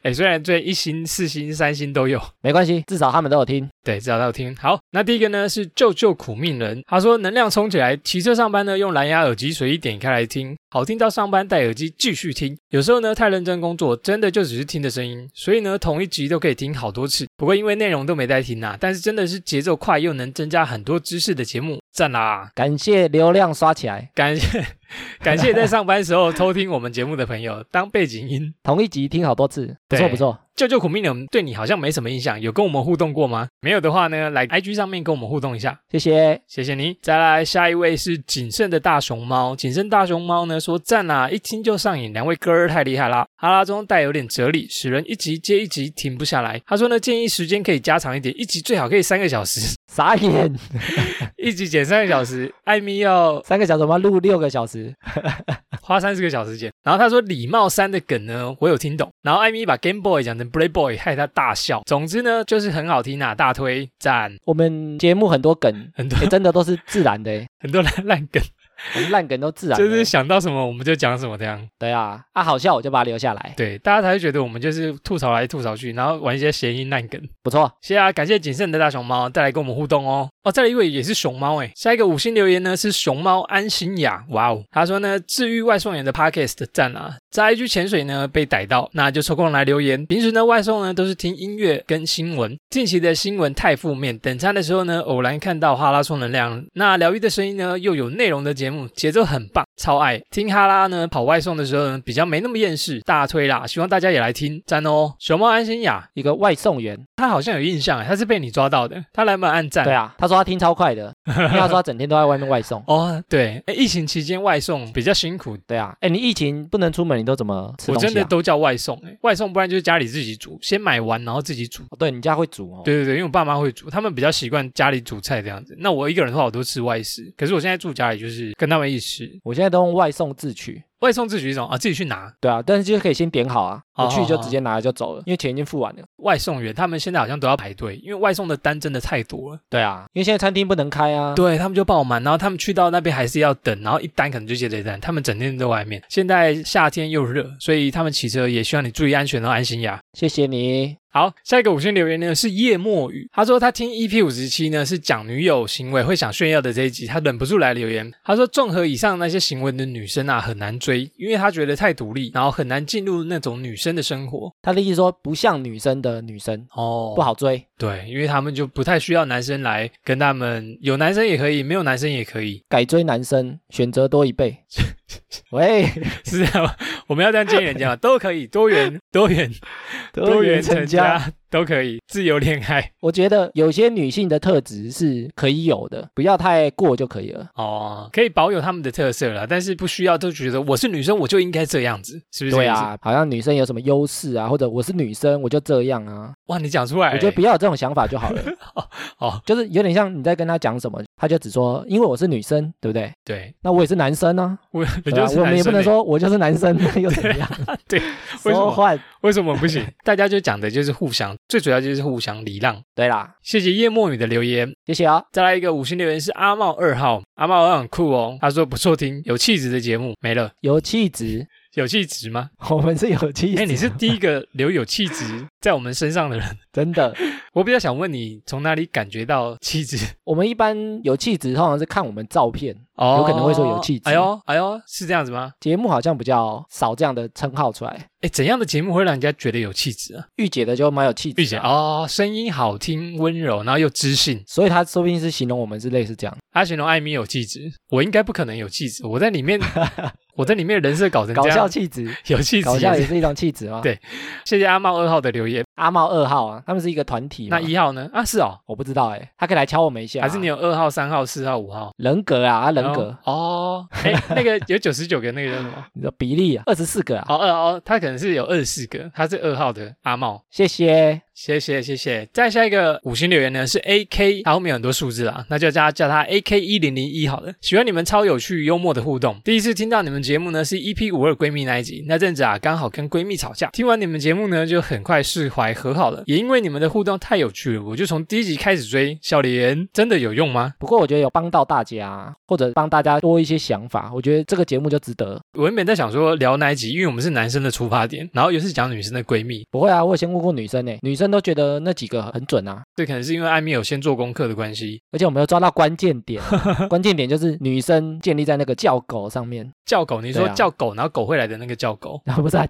S1: 哎，虽然这一星、四星、三星都有，
S2: 没关系，至少他们都有听。
S1: 对，至少他有听。好，那第一个呢是救救苦命人，他说能量充起来，骑车上班呢用蓝牙耳机随意点开来听，好听到上班戴耳机继续听。有时候呢太认真工作，真的就只是听的声音，所以呢同一集都可以听好多次。不过因为内容都没在听啊，但是真的是节奏快又能增加很多知识的节目，赞啦！
S2: 感谢流量刷起来，
S1: 感谢 <laughs> 感谢在上班时候偷听我们节目的朋友当背景
S2: <laughs>
S1: 音。
S2: 同一集听好多次，不
S1: 对
S2: 错不错。
S1: 救救苦命人对你好像没什么印象，有跟我们互动过吗？没有的话呢，来 IG 上面跟我们互动一下。
S2: 谢谢，
S1: 谢谢你。再来下一位是谨慎的大熊猫，谨慎大熊猫呢说赞啦，一听就上瘾，两位哥儿太厉害啦。哈拉中带有点哲理，使人一集接一集停不下来。他说呢，建议时间可以加长一点，一集最好可以三个小时， <laughs>
S2: 傻眼，
S1: 一集减三个小时。艾米要
S2: 三个小时我们要录六个小时，
S1: 花三十个小时剪。然后他说礼貌三的梗呢，我有听懂。然后艾米把 Game Boy 讲成 Play Boy，害他大笑。总之呢，就是很好听啊，大推赞，
S2: 我们节目很多梗，
S1: 很多 <laughs>
S2: 诶真的都是自然的诶，欸
S1: 很多烂烂梗，
S2: 我们烂梗都自然的欸
S1: 就
S2: 诶。
S1: 是想到什么我们就讲什么这样。
S2: 对啊，啊好笑我就把它留下来，
S1: 对，大家才会觉得我们就是吐槽来吐槽去，然后玩一些谐音烂梗。
S2: 不错。
S1: 谢谢啊，感谢谨慎的大熊猫，再来跟我们互动哦。哦，再来一位也是熊猫哎，下一个五星留言呢是熊猫安心雅，哇哦，他说呢治愈外送员的 podcast 赞啊，在 IG 潜水呢被逮到，那就抽空来留言。平时呢外送呢都是听音乐跟新闻，近期的新闻太负面，等餐的时候呢偶然看到哈拉充能量，那疗愈的声音呢又有内容的节目，节奏很棒，超爱听哈拉呢跑外送的时候呢比较没那么厌世，大推啦，希望大家也来听，赞哦。熊猫安心雅，
S2: 一个外送员，
S1: 他好像有印象，他是被你抓到的，他来门按赞。
S2: 对啊，他说他听超
S1: <laughs>
S2: 快的，因为他说他整天都在外面外送。
S1: 哦，对，哎，疫情期间外送比较辛苦，
S2: 对啊，哎，你疫情不能出门，你都怎么吃
S1: 我
S2: 东西、啊？
S1: 真的都叫外送，哎，外送不然就是家里自己煮，先买完然后自己煮。
S2: 哦对你家会煮哦。
S1: 对对对，因为我爸妈会煮，他们比较习惯家里煮菜这样子。那我一个人的话，我都吃外食。可是我现在住家里，就是跟他们一起吃。
S2: 我现在都用外送自取，
S1: 外送自取一种啊，自己去拿。
S2: 对啊，但是就是可以先点好啊，
S1: 哦
S2: 我去就
S1: 哦
S2: 直接拿了就走了，因为钱已经付完了。
S1: 外送员他们现在好像都要排队，因为外送的单真的太多了。
S2: 对啊，因为现在餐厅不能开啊。
S1: 对他们就爆满，然后他们去到那边还是要等，然后一单可能就接着一单，他们整天都在外面。现在夏天又热，所以他们骑车也希望你注意安全，然后哦安心呀。
S2: 谢谢你。
S1: 好，下一个五星留言呢是叶墨雨，他说他听 EP 五十七呢是讲女友行为会想炫耀的这一集，他忍不住来留言，他说综合以上那些行为的女生啊很难追，因为他觉得太独立，然后很难进入那种女生的生活。
S2: 他的意思说，不像女生的女生
S1: 哦
S2: 不好追。
S1: 对，因为他们就不太需要男生来跟他们，有男生也可以，没有男生也可以，
S2: 改追男生，选择多
S1: <laughs>
S2: 一倍。喂， <laughs>
S1: 是这样吗？我们要这样建议人家吗，都可以，多元、多元、多元成家都可以，自由恋爱
S2: 我觉得有些女性的特质是可以有的，不要太过就可以了。
S1: 哦，可以保有他们的特色啦，但是不需要都觉得我是女生我就应该这样子，是不是？
S2: 对，啊，好像女生有什么优势啊，或者我是女生我就这样啊，
S1: 哇，你讲出来，。
S2: 我觉得不要有这种想法就好了
S1: 哎 <laughs> 哦，
S2: 就是有点像你在跟他讲什么，他就只说因为我是女生，对不对？
S1: 对，
S2: 那我也是男生呢、
S1: 我我
S2: 对吧
S1: 就是
S2: 我们也
S1: 男
S2: 不
S1: 生
S2: 能
S1: 欸，
S2: 说我就是男生啊又怎么
S1: <laughs>
S2: 样？ <laughs>
S1: 对，为什么
S2: 说换
S1: 为什么不
S2: <laughs>
S1: 行？大家就讲的就是互相，最主要就是互相礼让。
S2: 对啦，
S1: 谢谢叶墨雨的留言，
S2: 谢谢啊。
S1: 再来一个五星留言是阿茂二号，阿茂二号很酷哦，他说不错听，有气质的节目没了，
S2: 有气质， <laughs>
S1: 有气质吗？
S2: 我们是有气质，啊
S1: 哎、你是第一个留有气质在我们身上的人，
S2: 真的。
S1: 我比较想问你从哪里感觉到气质？
S2: 我们一般有气质，通常是看我们照片。
S1: 哦
S2: <laughs> 有可能会说有气质
S1: 哎呦，哎呦，是这样子吗？
S2: 节目好像比较少这样的称号出来。
S1: 哎，怎样的节目会让人家觉得有气质啊？
S2: 御姐的就蛮有气质，
S1: 并且，哦，声音好听、温柔，然后又知性。
S2: 所以她说不定是形容我们是类似这样，
S1: 他形容艾米有气质，我应该不可能有气质。我在里
S2: <laughs>
S1: 面，我在里面人设搞成这
S2: 搞笑
S1: 样，
S2: 气质，
S1: 有气质
S2: 搞
S1: 也
S2: 笑也
S1: 是。
S2: 是一种气质吗？
S1: 对谢谢阿茂二号的留言。
S2: 阿茂二号啊，他们是一个团体嘛。
S1: 那一号呢？啊，是哦，
S2: 我不知道哎，他可以来敲我们一下啊，
S1: 还是你有二号、三号、四号、五号？
S2: 人格啊，啊人格，
S1: 哦，哎，那个有九十九个，那个叫什
S2: <laughs>
S1: 么？
S2: 你的比例啊，二十四个啊，
S1: 哦，二哦，他可能是有二十四个，他是二号的阿茂。
S2: 谢谢。
S1: 谢谢谢谢，再下一个五星留言呢是 A K，它后面有很多数字啦，那就叫他叫他 A K 一零零一好了。喜欢你们超有趣幽默的互动，第一次听到你们节目呢是 EP 五二闺蜜那一集，那阵子啊刚好跟闺蜜吵架，听完你们节目呢就很快释怀和好了，也因为你们的互动太有趣了，我就从第一集开始追。笑脸真的有用吗？
S2: 不过我觉得有帮到大家，啊或者帮大家多一些想法，我觉得这个节目就值得。
S1: 我原本在想说聊哪一集，因为我们是男生的出发点，然后又是讲女生的闺蜜，
S2: 不会啊，我有先问过女生呢，女生都觉得那几个很准啊，
S1: 这可能是因为艾米有先做功课的关系，
S2: 而且我们有抓到关键
S1: <laughs>
S2: 点，关键点就是女生建立在那个叫狗上面，
S1: 叫狗，你说
S2: 对啊
S1: 叫狗，然后狗会来的那个叫狗。
S2: 然后不是啊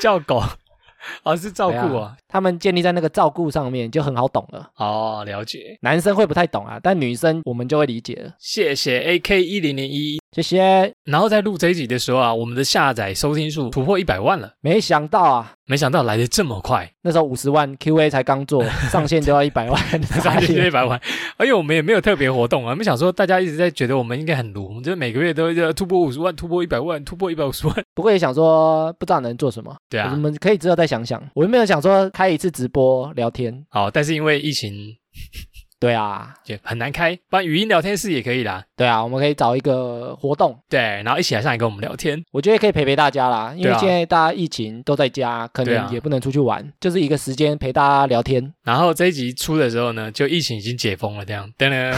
S1: 叫狗， <laughs> 哦，是照顾
S2: 对
S1: 啊，
S2: 他们建立在那个照顾上面就很好懂了。
S1: 哦，了解，
S2: 男生会不太懂啊，但女生我们就会理解了。
S1: 谢谢 A K 一零零一。
S2: 谢谢，
S1: 然后在录这一集的时候啊，我们的下载收听数突破一百万了，
S2: 没想到啊，
S1: 没想到来的这么快，
S2: <laughs> 那时候五十万 QA 才刚做，上线就要一
S1: <laughs>
S2: 百万，
S1: 上
S2: 傻
S1: 去就一
S2: 眼
S1: 百万，而且我们也没有特别活动啊，我们想说大家一直在觉得我们应该很鲁，我们就每个月都要突破五十万，突破一百万，突破一百五十万， <laughs>
S2: 不过也想说，不知道能做什么，
S1: 对
S2: 我
S1: 啊，
S2: 们可以之后再想想。我原本想说开一次直播聊天，
S1: 好，哦但是因为疫情
S2: 对啊，
S1: 也很难开，不然语音聊天室也可以啦。
S2: 对啊，我们可以找一个活动，
S1: 对，然后一起来上来跟我们聊天，
S2: 我觉得可以陪陪大家啦，因
S1: 对
S2: 为
S1: 啊
S2: 现在大家疫情都在家，可
S1: 对啊
S2: 能也不能出去玩，就是一个时间陪大家聊天。
S1: 然后这一集出的时候呢，就疫情已经解封了，这样，等
S2: <laughs>
S1: 等，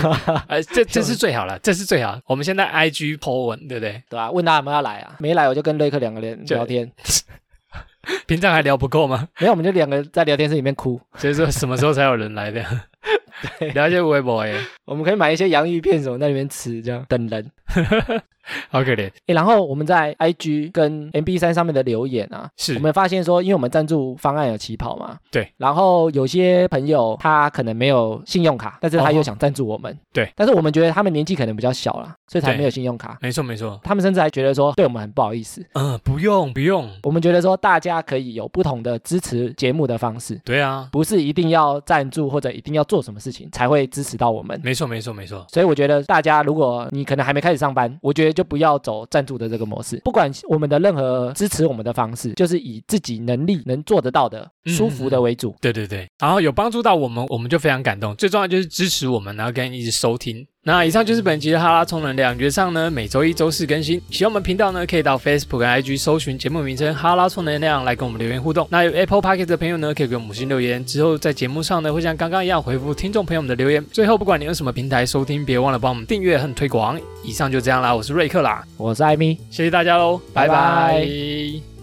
S1: 呃，这这是最好了，这是最好。我们现在 I G po 文，对不对？
S2: 对啊，问他有没有要来啊？没来我就跟瑞克两个人
S1: 就
S2: 聊天，
S1: 平常还聊不够吗？
S2: 没有我们就两个在聊天室里面哭。
S1: 就是说什么时候才有人来的？聊一些微博哎，
S2: 我们可以买一些洋芋片什么在里面吃，这样等人。
S1: 好可怜。
S2: 诶，然后我们在 IG 跟 MB 三上面的留言啊，
S1: 是
S2: 我们发现说，因为我们赞助方案有起跑嘛，
S1: 对。
S2: 然后有些朋友他可能没有信用卡，但是他
S1: 哦
S2: 又想赞助我们，
S1: 对。
S2: 但是我们觉得他们年纪可能比较小啦，所以才
S1: 对
S2: 没有信用卡。
S1: 没错没错，
S2: 他们甚至还觉得说，对我们很不好意思。
S1: 嗯，不用不用，
S2: 我们觉得说，大家可以有不同的支持节目的方式，
S1: 对啊，
S2: 不是一定要赞助或者一定要做什么事情才会支持到我们。
S1: 没错没错没错，
S2: 所以我觉得大家，如果你可能还没开始上班，我觉得就不要走赞助的这个模式。不管我们的任何支持我们的方式，就是以自己能力能做得到的、
S1: 嗯
S2: 舒服的为主。
S1: 对对对。然后有帮助到我们，我们就非常感动。最重要就是支持我们，然后跟一直收听。那以上就是本集的哈拉充能量，原上呢每周一、周四更新。喜欢我们频道呢，可以到 Facebook 跟 IG 搜寻节目名称“哈拉充能量”来跟我们留言互动。那有 Apple p o c k e t 的朋友呢，可以给我们五星留言，之后在节目上呢会像刚刚一样回复听众朋友们的留言。最后，不管你用什么平台收听，别忘了帮我们订阅和推广。以上就这样啦，我是瑞克啦，
S2: 我是艾米。
S1: 谢谢大家喽，拜
S2: 拜
S1: 拜
S2: 拜